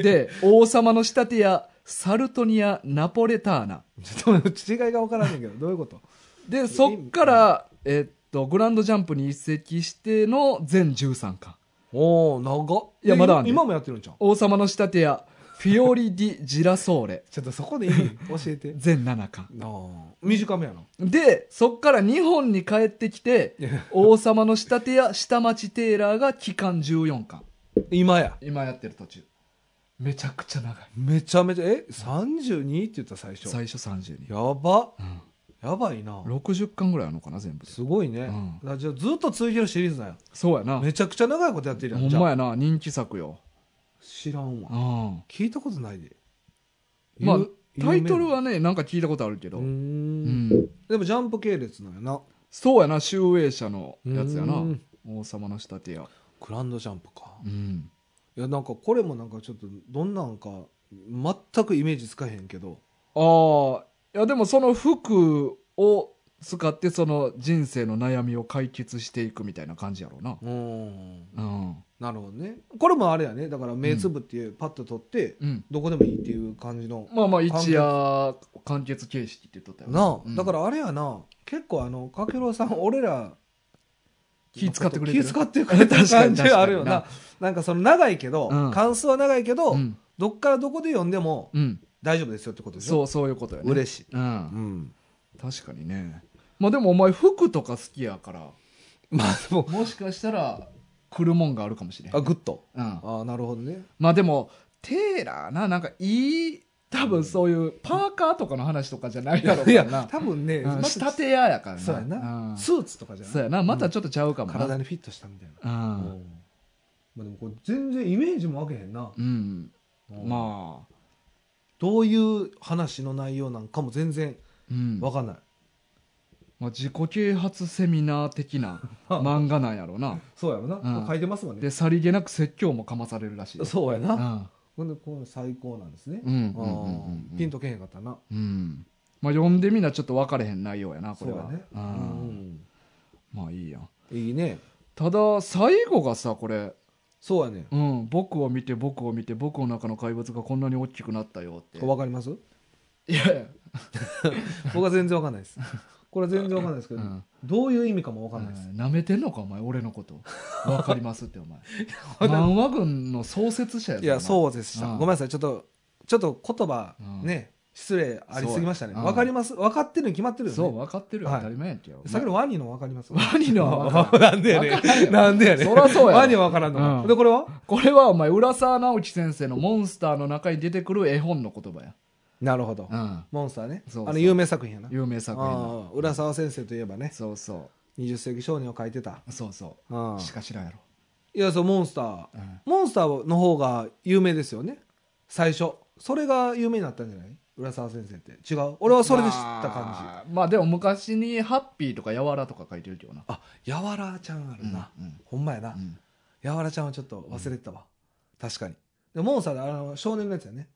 [SPEAKER 1] で、王様の仕立て屋、サルトニア・ナポレターナ。
[SPEAKER 2] ちょっと違いが分からんねんけど、どういうこと
[SPEAKER 1] でそっから、えっと、グランドジャンプに移籍しての全13巻
[SPEAKER 2] おお長っ。
[SPEAKER 1] いやまだあんねん
[SPEAKER 2] 今もやってるんじゃん。
[SPEAKER 1] 王様の仕立て屋フィオリ・ディ・ジラソーレ
[SPEAKER 2] ちょっとそこで意味教え て。
[SPEAKER 1] 全7巻
[SPEAKER 2] ああ短めやな。
[SPEAKER 1] でそっから日本に帰ってき て王様の仕立て屋下町テーラーが期間14巻
[SPEAKER 2] 今や。
[SPEAKER 1] 今やってる途中めちゃくちゃ長い
[SPEAKER 2] めちゃめちゃ、え、32って言った最初。
[SPEAKER 1] 最初32、
[SPEAKER 2] やば。
[SPEAKER 1] うん、
[SPEAKER 2] やばいな。
[SPEAKER 1] 60巻ぐらいあるのかな全部です
[SPEAKER 2] ごいね。
[SPEAKER 1] うん
[SPEAKER 2] だからじゃあずっと続いてるシリーズなんや。
[SPEAKER 1] そうやな
[SPEAKER 2] めちゃくちゃ長いことやってるやん。
[SPEAKER 1] ほん
[SPEAKER 2] じゃあ
[SPEAKER 1] まやな人気作よ、
[SPEAKER 2] 知らん
[SPEAKER 1] う
[SPEAKER 2] わ。
[SPEAKER 1] ん、
[SPEAKER 2] 聞いたことないで。
[SPEAKER 1] まあ
[SPEAKER 2] 有
[SPEAKER 1] タイトル。
[SPEAKER 2] 有
[SPEAKER 1] はねなんか聞いたことあるけ
[SPEAKER 2] 名
[SPEAKER 1] ど
[SPEAKER 2] なうー。
[SPEAKER 1] うんん
[SPEAKER 2] でもジャンプ系列なんやな。
[SPEAKER 1] そうやな、集英社のやつや
[SPEAKER 2] う。
[SPEAKER 1] なん王様の仕立て屋。
[SPEAKER 2] グランドジャンプか。
[SPEAKER 1] うん。
[SPEAKER 2] いやなんかこれもなんかちょっとどんなんか全くイメージつかへんけど
[SPEAKER 1] ああ、いやでもその服を使ってその人生の悩みを解決していくみたいな感じやろうな。
[SPEAKER 2] うん
[SPEAKER 1] うん。
[SPEAKER 2] なるほどねこれもあれやねだから目つぶってパッと取って、
[SPEAKER 1] うん。
[SPEAKER 2] どこでもいいっていう感じの
[SPEAKER 1] まあまあ、一夜完結形式って言っとったよ。
[SPEAKER 2] なあ、
[SPEAKER 1] うん
[SPEAKER 2] だからあれやな結構あのかけろうさん俺ら
[SPEAKER 1] 気使ってくれてる
[SPEAKER 2] 気使ってくれてる
[SPEAKER 1] 確かに
[SPEAKER 2] 感じはあるよな
[SPEAKER 1] 確
[SPEAKER 2] なんかその長いけど、
[SPEAKER 1] うん
[SPEAKER 2] 関数は長いけど、
[SPEAKER 1] うん。
[SPEAKER 2] どっからどこで読んでも
[SPEAKER 1] うん。
[SPEAKER 2] 大丈夫ですよってことでしょ
[SPEAKER 1] そう、そういうことやね。
[SPEAKER 2] 嬉しい、
[SPEAKER 1] うん。
[SPEAKER 2] ん、
[SPEAKER 1] 確かにね。まあでもお前服とか好きやから、
[SPEAKER 2] まあでも
[SPEAKER 1] もしかしたら来るもんがあるかもしれん。
[SPEAKER 2] あグッと
[SPEAKER 1] うん。
[SPEAKER 2] ああなるほどね
[SPEAKER 1] まあでも、テーラーな、なんかいい、多分そういうパーカーとかの話とかじゃないだろう
[SPEAKER 2] い
[SPEAKER 1] から
[SPEAKER 2] や
[SPEAKER 1] な。
[SPEAKER 2] 多分ね、
[SPEAKER 1] うん
[SPEAKER 2] また
[SPEAKER 1] 仕立て屋やからな。
[SPEAKER 2] そうやな、
[SPEAKER 1] ん
[SPEAKER 2] スーツとかじゃ
[SPEAKER 1] そう
[SPEAKER 2] ない
[SPEAKER 1] やな、またちょっとちゃうかもな。
[SPEAKER 2] 体にフィットしたみたいな、
[SPEAKER 1] う
[SPEAKER 2] うん
[SPEAKER 1] ん。
[SPEAKER 2] まあ、でもこれ全然イメージもわけへんな、
[SPEAKER 1] うん。
[SPEAKER 2] うん
[SPEAKER 1] まあ、
[SPEAKER 2] どういう話の内容なんかも全然
[SPEAKER 1] うん。
[SPEAKER 2] わかんない、
[SPEAKER 1] まあ、自己啓発セミナー的 な漫画なんやろうな。
[SPEAKER 2] そうやろな、
[SPEAKER 1] ん
[SPEAKER 2] まあ書いてますもんね
[SPEAKER 1] で、さりげなく説教もかまされるらしいよ。
[SPEAKER 2] そうやな、
[SPEAKER 1] うん。
[SPEAKER 2] ほんでこれ最高なんですね、
[SPEAKER 1] うんうん
[SPEAKER 2] あ
[SPEAKER 1] うん
[SPEAKER 2] ー
[SPEAKER 1] うんうん。
[SPEAKER 2] ピンとけへんかったな
[SPEAKER 1] うん。まあ、読んでみなちょっと分かれへん内容やな、こ
[SPEAKER 2] そう
[SPEAKER 1] れ
[SPEAKER 2] や
[SPEAKER 1] は。
[SPEAKER 2] ね、
[SPEAKER 1] う。
[SPEAKER 2] うんん
[SPEAKER 1] まあ、いいやん。
[SPEAKER 2] いいね
[SPEAKER 1] ただ、最後がさ、これ、
[SPEAKER 2] そうやね
[SPEAKER 1] うん、僕を見て僕を見て僕の中の怪物がこんなに大きくなったよって
[SPEAKER 2] わかります
[SPEAKER 1] いやいや
[SPEAKER 2] 僕は全然わかんな いですこれは全然わかんないですけど、
[SPEAKER 1] うん
[SPEAKER 2] どういう意味かもわかんないです、
[SPEAKER 1] なめてんのかお前俺のことわかりますってお 前
[SPEAKER 2] わかんない
[SPEAKER 1] 漫画軍の創設者や
[SPEAKER 2] いや
[SPEAKER 1] う
[SPEAKER 2] そうでした、
[SPEAKER 1] うん
[SPEAKER 2] ごめんなさいちょっとちょっと言葉
[SPEAKER 1] うん
[SPEAKER 2] ね、失礼ありすぎましたね
[SPEAKER 1] そうや
[SPEAKER 2] わ、
[SPEAKER 1] うん
[SPEAKER 2] かります分かってるに決まってるよね
[SPEAKER 1] そう分かってるよ
[SPEAKER 2] はい
[SPEAKER 1] 当たり前やけど
[SPEAKER 2] さっきのワニのわかります
[SPEAKER 1] ワニのは分かる
[SPEAKER 2] なんでやね
[SPEAKER 1] わかんない
[SPEAKER 2] んなんでやねん
[SPEAKER 1] そらそうやろ
[SPEAKER 2] ワニはわからんのか、
[SPEAKER 1] うん
[SPEAKER 2] でこれは
[SPEAKER 1] これはお前浦沢直樹先生の「モンスター」の中に出てくる絵本の言葉や、
[SPEAKER 2] なるほど、
[SPEAKER 1] うん、
[SPEAKER 2] モンスターね
[SPEAKER 1] そうそう
[SPEAKER 2] あの有名作品やな
[SPEAKER 1] 有名作品の
[SPEAKER 2] ああ浦沢先生といえばね
[SPEAKER 1] そうそ
[SPEAKER 2] 20世紀少年を描いてた
[SPEAKER 1] うそうそ
[SPEAKER 2] あ
[SPEAKER 1] う
[SPEAKER 2] あ
[SPEAKER 1] しか知らんやろ、
[SPEAKER 2] いやそうモンスター
[SPEAKER 1] うん
[SPEAKER 2] モンスターの方が有名ですよね最初それが有名になったんじゃない浦沢先生って違う俺はそれで知った感じ、
[SPEAKER 1] まあ、まあでも昔に「ハッピー」とか「やわら」とか書いてるけどな
[SPEAKER 2] あやわらちゃんあるな、
[SPEAKER 1] うんうん
[SPEAKER 2] ほんまやな、
[SPEAKER 1] うん
[SPEAKER 2] やわらちゃんはちょっと忘れてたわ、確かにでモンスターであの少年のやつやね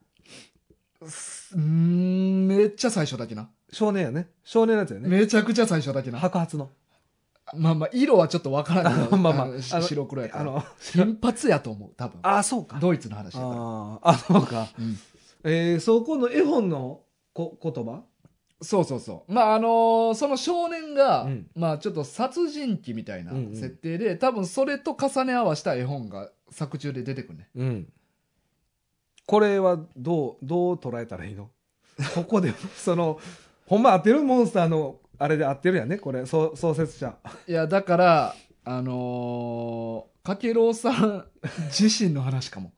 [SPEAKER 1] うーんめっちゃ最初だけな、
[SPEAKER 2] 少年やね少年のやつやね
[SPEAKER 1] めちゃくちゃ最初だけな
[SPEAKER 2] 白髪の
[SPEAKER 1] まあまあ色はちょっとわからんけど
[SPEAKER 2] まあまあ
[SPEAKER 1] のし
[SPEAKER 2] あの
[SPEAKER 1] 白黒やか
[SPEAKER 2] あ
[SPEAKER 1] ら
[SPEAKER 2] の
[SPEAKER 1] 金髪やと思う多分
[SPEAKER 2] あそうか
[SPEAKER 1] ドイツの話やから
[SPEAKER 2] あーあそうか、
[SPEAKER 1] うん
[SPEAKER 2] えーそこの絵本のこ言葉
[SPEAKER 1] そうそうそうまああのーその少年が、
[SPEAKER 2] うん
[SPEAKER 1] まあちょっと殺人鬼みたいな
[SPEAKER 2] うんうん
[SPEAKER 1] 設定で、多分それと重ね合わせた絵本が作中で出てくるね
[SPEAKER 2] うんこれはどうどう捉えたらいいのここで そのほんま合ってるモンスターのあれで合ってるやんねこれそう創設者
[SPEAKER 1] いやだからあのーかけろうさん自身の話か も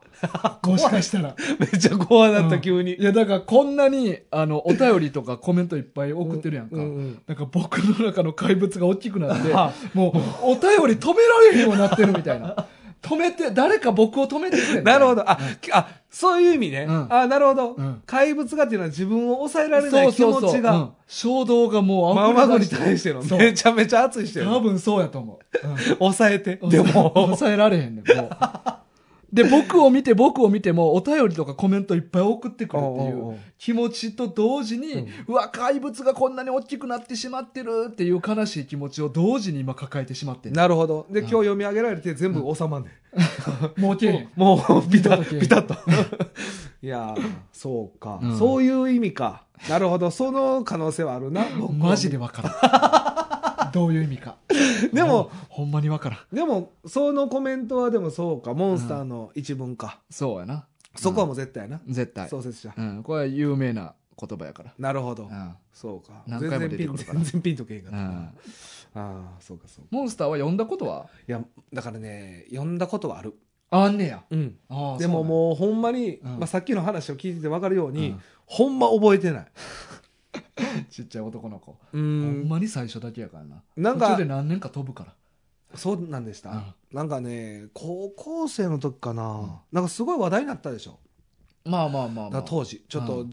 [SPEAKER 1] もしかしたら
[SPEAKER 2] めっちゃ怖なった、
[SPEAKER 1] うん
[SPEAKER 2] 急に
[SPEAKER 1] いやだからこんなにあのお便りとかコメントいっぱい送ってるやんか、
[SPEAKER 2] ううん
[SPEAKER 1] なんか僕の中の怪物が大きくなって
[SPEAKER 2] あ
[SPEAKER 1] もうお便り止められへんようになってるみたいな止めて誰か僕を止めてくれみた
[SPEAKER 2] ないるほどあ、きあそういう意味ね、
[SPEAKER 1] うん
[SPEAKER 2] あなるほど、
[SPEAKER 1] うん
[SPEAKER 2] 怪物がっていうのは自分を抑えられな
[SPEAKER 1] そう
[SPEAKER 2] い気
[SPEAKER 1] そう
[SPEAKER 2] 持
[SPEAKER 1] そう
[SPEAKER 2] ちが
[SPEAKER 1] うん衝動がもう
[SPEAKER 2] ま
[SPEAKER 1] 溢
[SPEAKER 2] ま
[SPEAKER 1] れ
[SPEAKER 2] ご
[SPEAKER 1] 出
[SPEAKER 2] に
[SPEAKER 1] して
[SPEAKER 2] 対しての
[SPEAKER 1] そう
[SPEAKER 2] めちゃめちゃ熱いしてる
[SPEAKER 1] 多分そうやと思う、うん
[SPEAKER 2] 抑えてでも
[SPEAKER 1] 抑えられへんねん、もう。で、僕を見て、僕を見ても、お便りとかコメントいっぱい送ってくるってい
[SPEAKER 2] おうおうおう
[SPEAKER 1] う気持ちと同時に、う
[SPEAKER 2] うん
[SPEAKER 1] わ、怪物がこんなに大きくなってしまってるっていう悲しい気持ちを同時に今抱えてしまってんね
[SPEAKER 2] なるほどで今日読み上げられて全部収まんねん
[SPEAKER 1] んもうけえへん。
[SPEAKER 2] もう、ピタ
[SPEAKER 1] 二度と消え
[SPEAKER 2] ッ、ピタッと。 いやー、そうか、
[SPEAKER 1] うん
[SPEAKER 2] そういう意味か。なるほど。その可能性はあるな。僕
[SPEAKER 1] マジでわからん。 どういう意味か。
[SPEAKER 2] でも、
[SPEAKER 1] ほんまにわからん。
[SPEAKER 2] でも、そのコメントはでもそうか。モンスターの一文か。
[SPEAKER 1] そうやな。
[SPEAKER 2] そこはもう絶対やな。
[SPEAKER 1] うん絶対。
[SPEAKER 2] 創設者
[SPEAKER 1] う。ん、これは有名な言葉やから。
[SPEAKER 2] なるほど。
[SPEAKER 1] うん
[SPEAKER 2] そうか。
[SPEAKER 1] 何回も
[SPEAKER 2] 全然
[SPEAKER 1] 出て
[SPEAKER 2] ピン
[SPEAKER 1] くるから
[SPEAKER 2] 全然ピンとけへんかっ
[SPEAKER 1] う
[SPEAKER 2] たな。
[SPEAKER 1] ん
[SPEAKER 2] ああ、そうかそうか。
[SPEAKER 1] モンスターは呼んだことはい
[SPEAKER 2] や、だからね、読んだことはある。
[SPEAKER 1] あんねや。
[SPEAKER 2] うん。
[SPEAKER 1] ああ
[SPEAKER 2] でも
[SPEAKER 1] う
[SPEAKER 2] もうほんまに、
[SPEAKER 1] うん
[SPEAKER 2] まあ、さっきの話を聞いてて分かるように、
[SPEAKER 1] うん
[SPEAKER 2] ほんま覚えてない。
[SPEAKER 1] なんや、ちっちゃい男の子。
[SPEAKER 2] う
[SPEAKER 1] ほん
[SPEAKER 2] ん。
[SPEAKER 1] まに最初だけやからな。
[SPEAKER 2] なん
[SPEAKER 1] 途
[SPEAKER 2] か
[SPEAKER 1] 中で、何年か飛ぶから。
[SPEAKER 2] そうなんでした、
[SPEAKER 1] う
[SPEAKER 2] なんかね高校生の時かな、なんかすごい話題になったでしょ
[SPEAKER 1] まあまあまあ
[SPEAKER 2] だ
[SPEAKER 1] ま
[SPEAKER 2] か
[SPEAKER 1] あ。
[SPEAKER 2] ら当時ちょっと
[SPEAKER 1] うん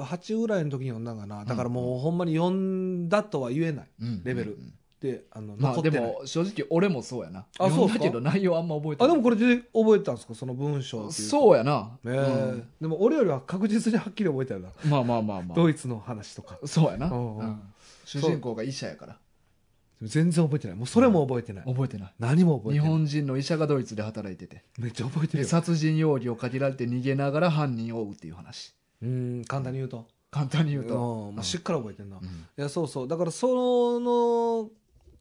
[SPEAKER 2] 18ぐらいの時に読んだんかな、だから
[SPEAKER 1] うん
[SPEAKER 2] もうほんまに読んだとは言えない
[SPEAKER 1] うん
[SPEAKER 2] レベル
[SPEAKER 1] うんうん
[SPEAKER 2] であの
[SPEAKER 1] ま
[SPEAKER 2] 残
[SPEAKER 1] あ
[SPEAKER 2] って
[SPEAKER 1] で
[SPEAKER 2] ない、あ、
[SPEAKER 1] も正直俺もそうやな。
[SPEAKER 2] あそうっす
[SPEAKER 1] だ
[SPEAKER 2] か
[SPEAKER 1] けど内容あんま覚えて
[SPEAKER 2] で
[SPEAKER 1] ない。
[SPEAKER 2] もこれで覚えてたんですかその文章っていうう
[SPEAKER 1] そうやな。
[SPEAKER 2] えー
[SPEAKER 1] うん
[SPEAKER 2] でも俺よりは確実にはっきり覚えてるな、
[SPEAKER 1] まあまあまあま
[SPEAKER 2] ドイツの話とか
[SPEAKER 1] あ。そうやな。
[SPEAKER 2] うん
[SPEAKER 1] うん主人公が医者やから。
[SPEAKER 2] 全然覚えてないもうそれも覚えてない、
[SPEAKER 1] 覚えてない
[SPEAKER 2] 何も覚え
[SPEAKER 1] 日
[SPEAKER 2] てない
[SPEAKER 1] 本人の医者がドイツで働いてて
[SPEAKER 2] めっちゃ覚えて
[SPEAKER 1] で
[SPEAKER 2] るよ
[SPEAKER 1] 殺人容疑をかけられて逃げながら犯人を追うっていう話
[SPEAKER 2] うん簡単に言うと
[SPEAKER 1] 簡単に言
[SPEAKER 2] う
[SPEAKER 1] うんと、
[SPEAKER 2] もうしっかり覚えてるな、
[SPEAKER 1] うん
[SPEAKER 2] いやそうそうだからその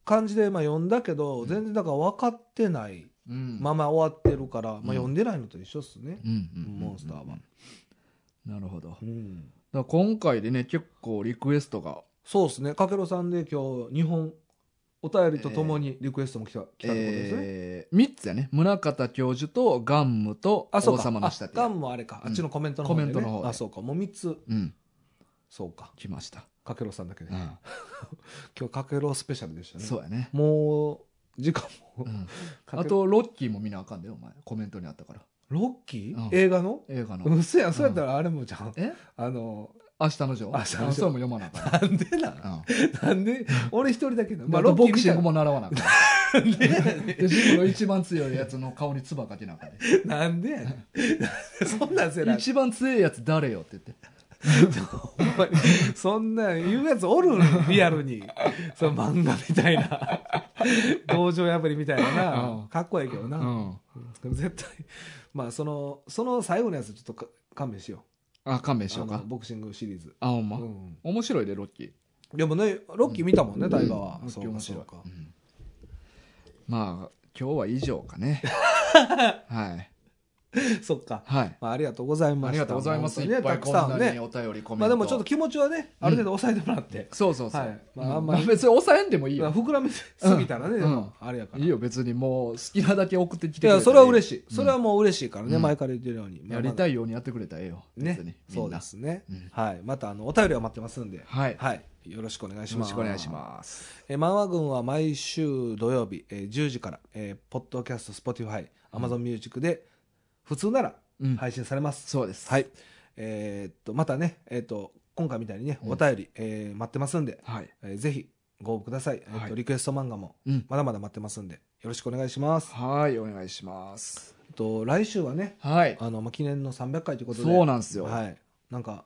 [SPEAKER 2] 感じでまあ読んだけど全然だから分かってない
[SPEAKER 1] うん
[SPEAKER 2] まま終わってるから、
[SPEAKER 1] ん
[SPEAKER 2] まあ、読んでないのと一緒っすね、
[SPEAKER 1] うんうんうん
[SPEAKER 2] モンスターは
[SPEAKER 1] なるほどだか
[SPEAKER 2] うん
[SPEAKER 1] ら今回でね結構リクエストが
[SPEAKER 2] そうですねかけろさんで今日日本お便りとともにリクエストも来た,、来たってことですね、
[SPEAKER 1] えー、3つやね宗方教授とガンムと
[SPEAKER 2] あそう
[SPEAKER 1] 王
[SPEAKER 2] か
[SPEAKER 1] 様の下
[SPEAKER 2] あ
[SPEAKER 1] 手
[SPEAKER 2] ガンもあれか、あっちのコメントの方で、ね、
[SPEAKER 1] コメントの方で
[SPEAKER 2] あそうかもう3つ
[SPEAKER 1] うん
[SPEAKER 2] そうか
[SPEAKER 1] 来ました、
[SPEAKER 2] かけろさんだけで、
[SPEAKER 1] うん
[SPEAKER 2] 今日かけろスペシャルでしたね
[SPEAKER 1] そうやね、
[SPEAKER 2] もう時間も、
[SPEAKER 1] うん、
[SPEAKER 2] かけろ
[SPEAKER 1] あとロッキーも見なあかんでお前コメントにあったから
[SPEAKER 2] ロッキー、
[SPEAKER 1] うん
[SPEAKER 2] 映画の
[SPEAKER 1] 映画の
[SPEAKER 2] 嘘やんそうやったらあれもじゃん、
[SPEAKER 1] え
[SPEAKER 2] あの
[SPEAKER 1] 明日の女
[SPEAKER 2] 明日の女
[SPEAKER 1] あそれも読まなあかん
[SPEAKER 2] なんで な
[SPEAKER 1] うん
[SPEAKER 2] なんで俺一人だけな
[SPEAKER 1] まあ、ボクシング
[SPEAKER 2] も
[SPEAKER 1] も習わなあかん でジムの一番強いやつの顔に唾かけなあかんで
[SPEAKER 2] なんでやねんそんなんせな
[SPEAKER 1] 一番強いやつ誰よって言って
[SPEAKER 2] ほんまにそんなん言うやつおるリアルにその漫画みたいな道場破りみたいなな、
[SPEAKER 1] うん
[SPEAKER 2] かっこいいけどな、
[SPEAKER 1] ん
[SPEAKER 2] 絶対まあそのその最後のやつちょっとか勘弁しよ
[SPEAKER 1] あ勘
[SPEAKER 2] う
[SPEAKER 1] 弁しようか
[SPEAKER 2] あのボクシングシリーズ、
[SPEAKER 1] あほんま、
[SPEAKER 2] うん、
[SPEAKER 1] 面白いでロッキー
[SPEAKER 2] でもねロッキー見たもんね大河は、
[SPEAKER 1] ロッキ
[SPEAKER 2] そ
[SPEAKER 1] ー
[SPEAKER 2] う
[SPEAKER 1] 面
[SPEAKER 2] か
[SPEAKER 1] 白
[SPEAKER 2] そ
[SPEAKER 1] いう
[SPEAKER 2] か
[SPEAKER 1] うんまあ今日は以上か ねはい
[SPEAKER 2] そっか、
[SPEAKER 1] はい
[SPEAKER 2] まあ、ありがとうございました
[SPEAKER 1] ありがとうございます
[SPEAKER 2] 本
[SPEAKER 1] い
[SPEAKER 2] 当に
[SPEAKER 1] っ
[SPEAKER 2] ね
[SPEAKER 1] ぱ
[SPEAKER 2] た
[SPEAKER 1] い
[SPEAKER 2] く
[SPEAKER 1] こ
[SPEAKER 2] さ
[SPEAKER 1] ん
[SPEAKER 2] ん
[SPEAKER 1] な
[SPEAKER 2] ね
[SPEAKER 1] にお便りコメント
[SPEAKER 2] まあでもちょっと気持ちはねある程度抑えてもらって、
[SPEAKER 1] そうそうそう、
[SPEAKER 2] はいまああんまり
[SPEAKER 1] う別に抑えんでもいい
[SPEAKER 2] まあ
[SPEAKER 1] よ
[SPEAKER 2] 膨らみすぎたらね、
[SPEAKER 1] うん
[SPEAKER 2] でも
[SPEAKER 1] うん
[SPEAKER 2] あれやから
[SPEAKER 1] いいよ別にもう好きなだけ送ってきてくれ
[SPEAKER 2] い
[SPEAKER 1] たら
[SPEAKER 2] や、それは嬉しい。
[SPEAKER 1] うん
[SPEAKER 2] それはもう嬉しいからね、
[SPEAKER 1] うん
[SPEAKER 2] 前から言ってるように。
[SPEAKER 1] やりた
[SPEAKER 2] い。
[SPEAKER 1] いようにやってくれたらええよ別に
[SPEAKER 2] ね。
[SPEAKER 1] みん
[SPEAKER 2] そう
[SPEAKER 1] な
[SPEAKER 2] ですね
[SPEAKER 1] うん。
[SPEAKER 2] はい。また、あの、お便りは待ってますんで。
[SPEAKER 1] はい
[SPEAKER 2] はい。よろしくお願いし
[SPEAKER 1] よろ
[SPEAKER 2] ます。
[SPEAKER 1] しくお願いします。
[SPEAKER 2] えー、漫画軍は毎週土曜日、えー10時から、えーポッドキャスト、Spotify、Amazon Music で、普通なら
[SPEAKER 1] うん
[SPEAKER 2] 配信されます。
[SPEAKER 1] そうです。
[SPEAKER 2] はい。えーっと、またね、えーっと、今回みたいにね、
[SPEAKER 1] うん
[SPEAKER 2] お便り、えー待ってますんで、
[SPEAKER 1] はい。
[SPEAKER 2] えーぜひ、ご応募ください。えーっ
[SPEAKER 1] は
[SPEAKER 2] と、
[SPEAKER 1] い
[SPEAKER 2] リクエスト漫画も、
[SPEAKER 1] うん。
[SPEAKER 2] まだまだ待ってますんで、よろしくお願いします。
[SPEAKER 1] はい、お願いします。
[SPEAKER 2] えっと、来週はね、
[SPEAKER 1] はい。
[SPEAKER 2] あの、まあ、記念の300回ということで。
[SPEAKER 1] そうなんですよ。
[SPEAKER 2] はい。なんか、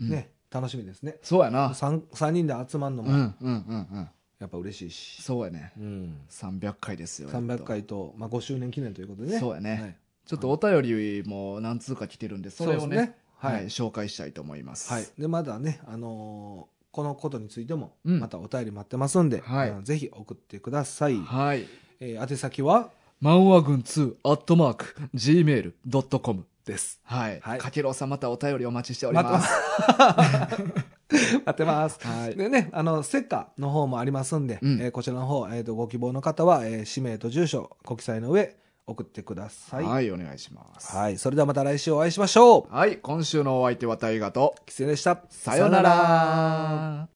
[SPEAKER 1] うん
[SPEAKER 2] ね、楽しみですね。
[SPEAKER 1] そうやな。
[SPEAKER 2] 3, 三人で集まるの
[SPEAKER 1] うん、う
[SPEAKER 2] も、
[SPEAKER 1] ん、うん、うん。
[SPEAKER 2] やっぱ嬉しいし。
[SPEAKER 1] そうやね。
[SPEAKER 2] うん。
[SPEAKER 1] 300回ですよ。
[SPEAKER 2] 300
[SPEAKER 1] やっ
[SPEAKER 2] 回と、まあ、5周年記念ということでね。
[SPEAKER 1] そうやね
[SPEAKER 2] はい
[SPEAKER 1] と。ちょっとお便りも何通か来てるんで、それを
[SPEAKER 2] うです
[SPEAKER 1] ね、
[SPEAKER 2] はい。
[SPEAKER 1] は、
[SPEAKER 2] はいい。
[SPEAKER 1] 紹介したいと思います。。
[SPEAKER 2] で、まだね、あのーこのことについても、
[SPEAKER 1] うん
[SPEAKER 2] またお便り待ってますんで、
[SPEAKER 1] はい
[SPEAKER 2] あのぜひ送ってください。
[SPEAKER 1] はい。
[SPEAKER 2] えー宛先は
[SPEAKER 1] 漫画軍2、アットマーク、gmail.com。
[SPEAKER 2] です。
[SPEAKER 1] はい。
[SPEAKER 2] はい
[SPEAKER 1] かけろうさん、またお便りお待ちしており
[SPEAKER 2] 待って
[SPEAKER 1] ま。
[SPEAKER 2] ますす。待ってます。
[SPEAKER 1] はい。
[SPEAKER 2] でね、あの、ステッカーの方もありますんで、
[SPEAKER 1] うん
[SPEAKER 2] えーこちらの方、えーと、ご希望の方は、えー氏名と住所、ご記載の上、送ってください。はい。
[SPEAKER 1] はい、お願いします。
[SPEAKER 2] それではまた来週お会いしましょう。
[SPEAKER 1] はい、今週のお相手は大河と、
[SPEAKER 2] キツネでした。
[SPEAKER 1] さよなら。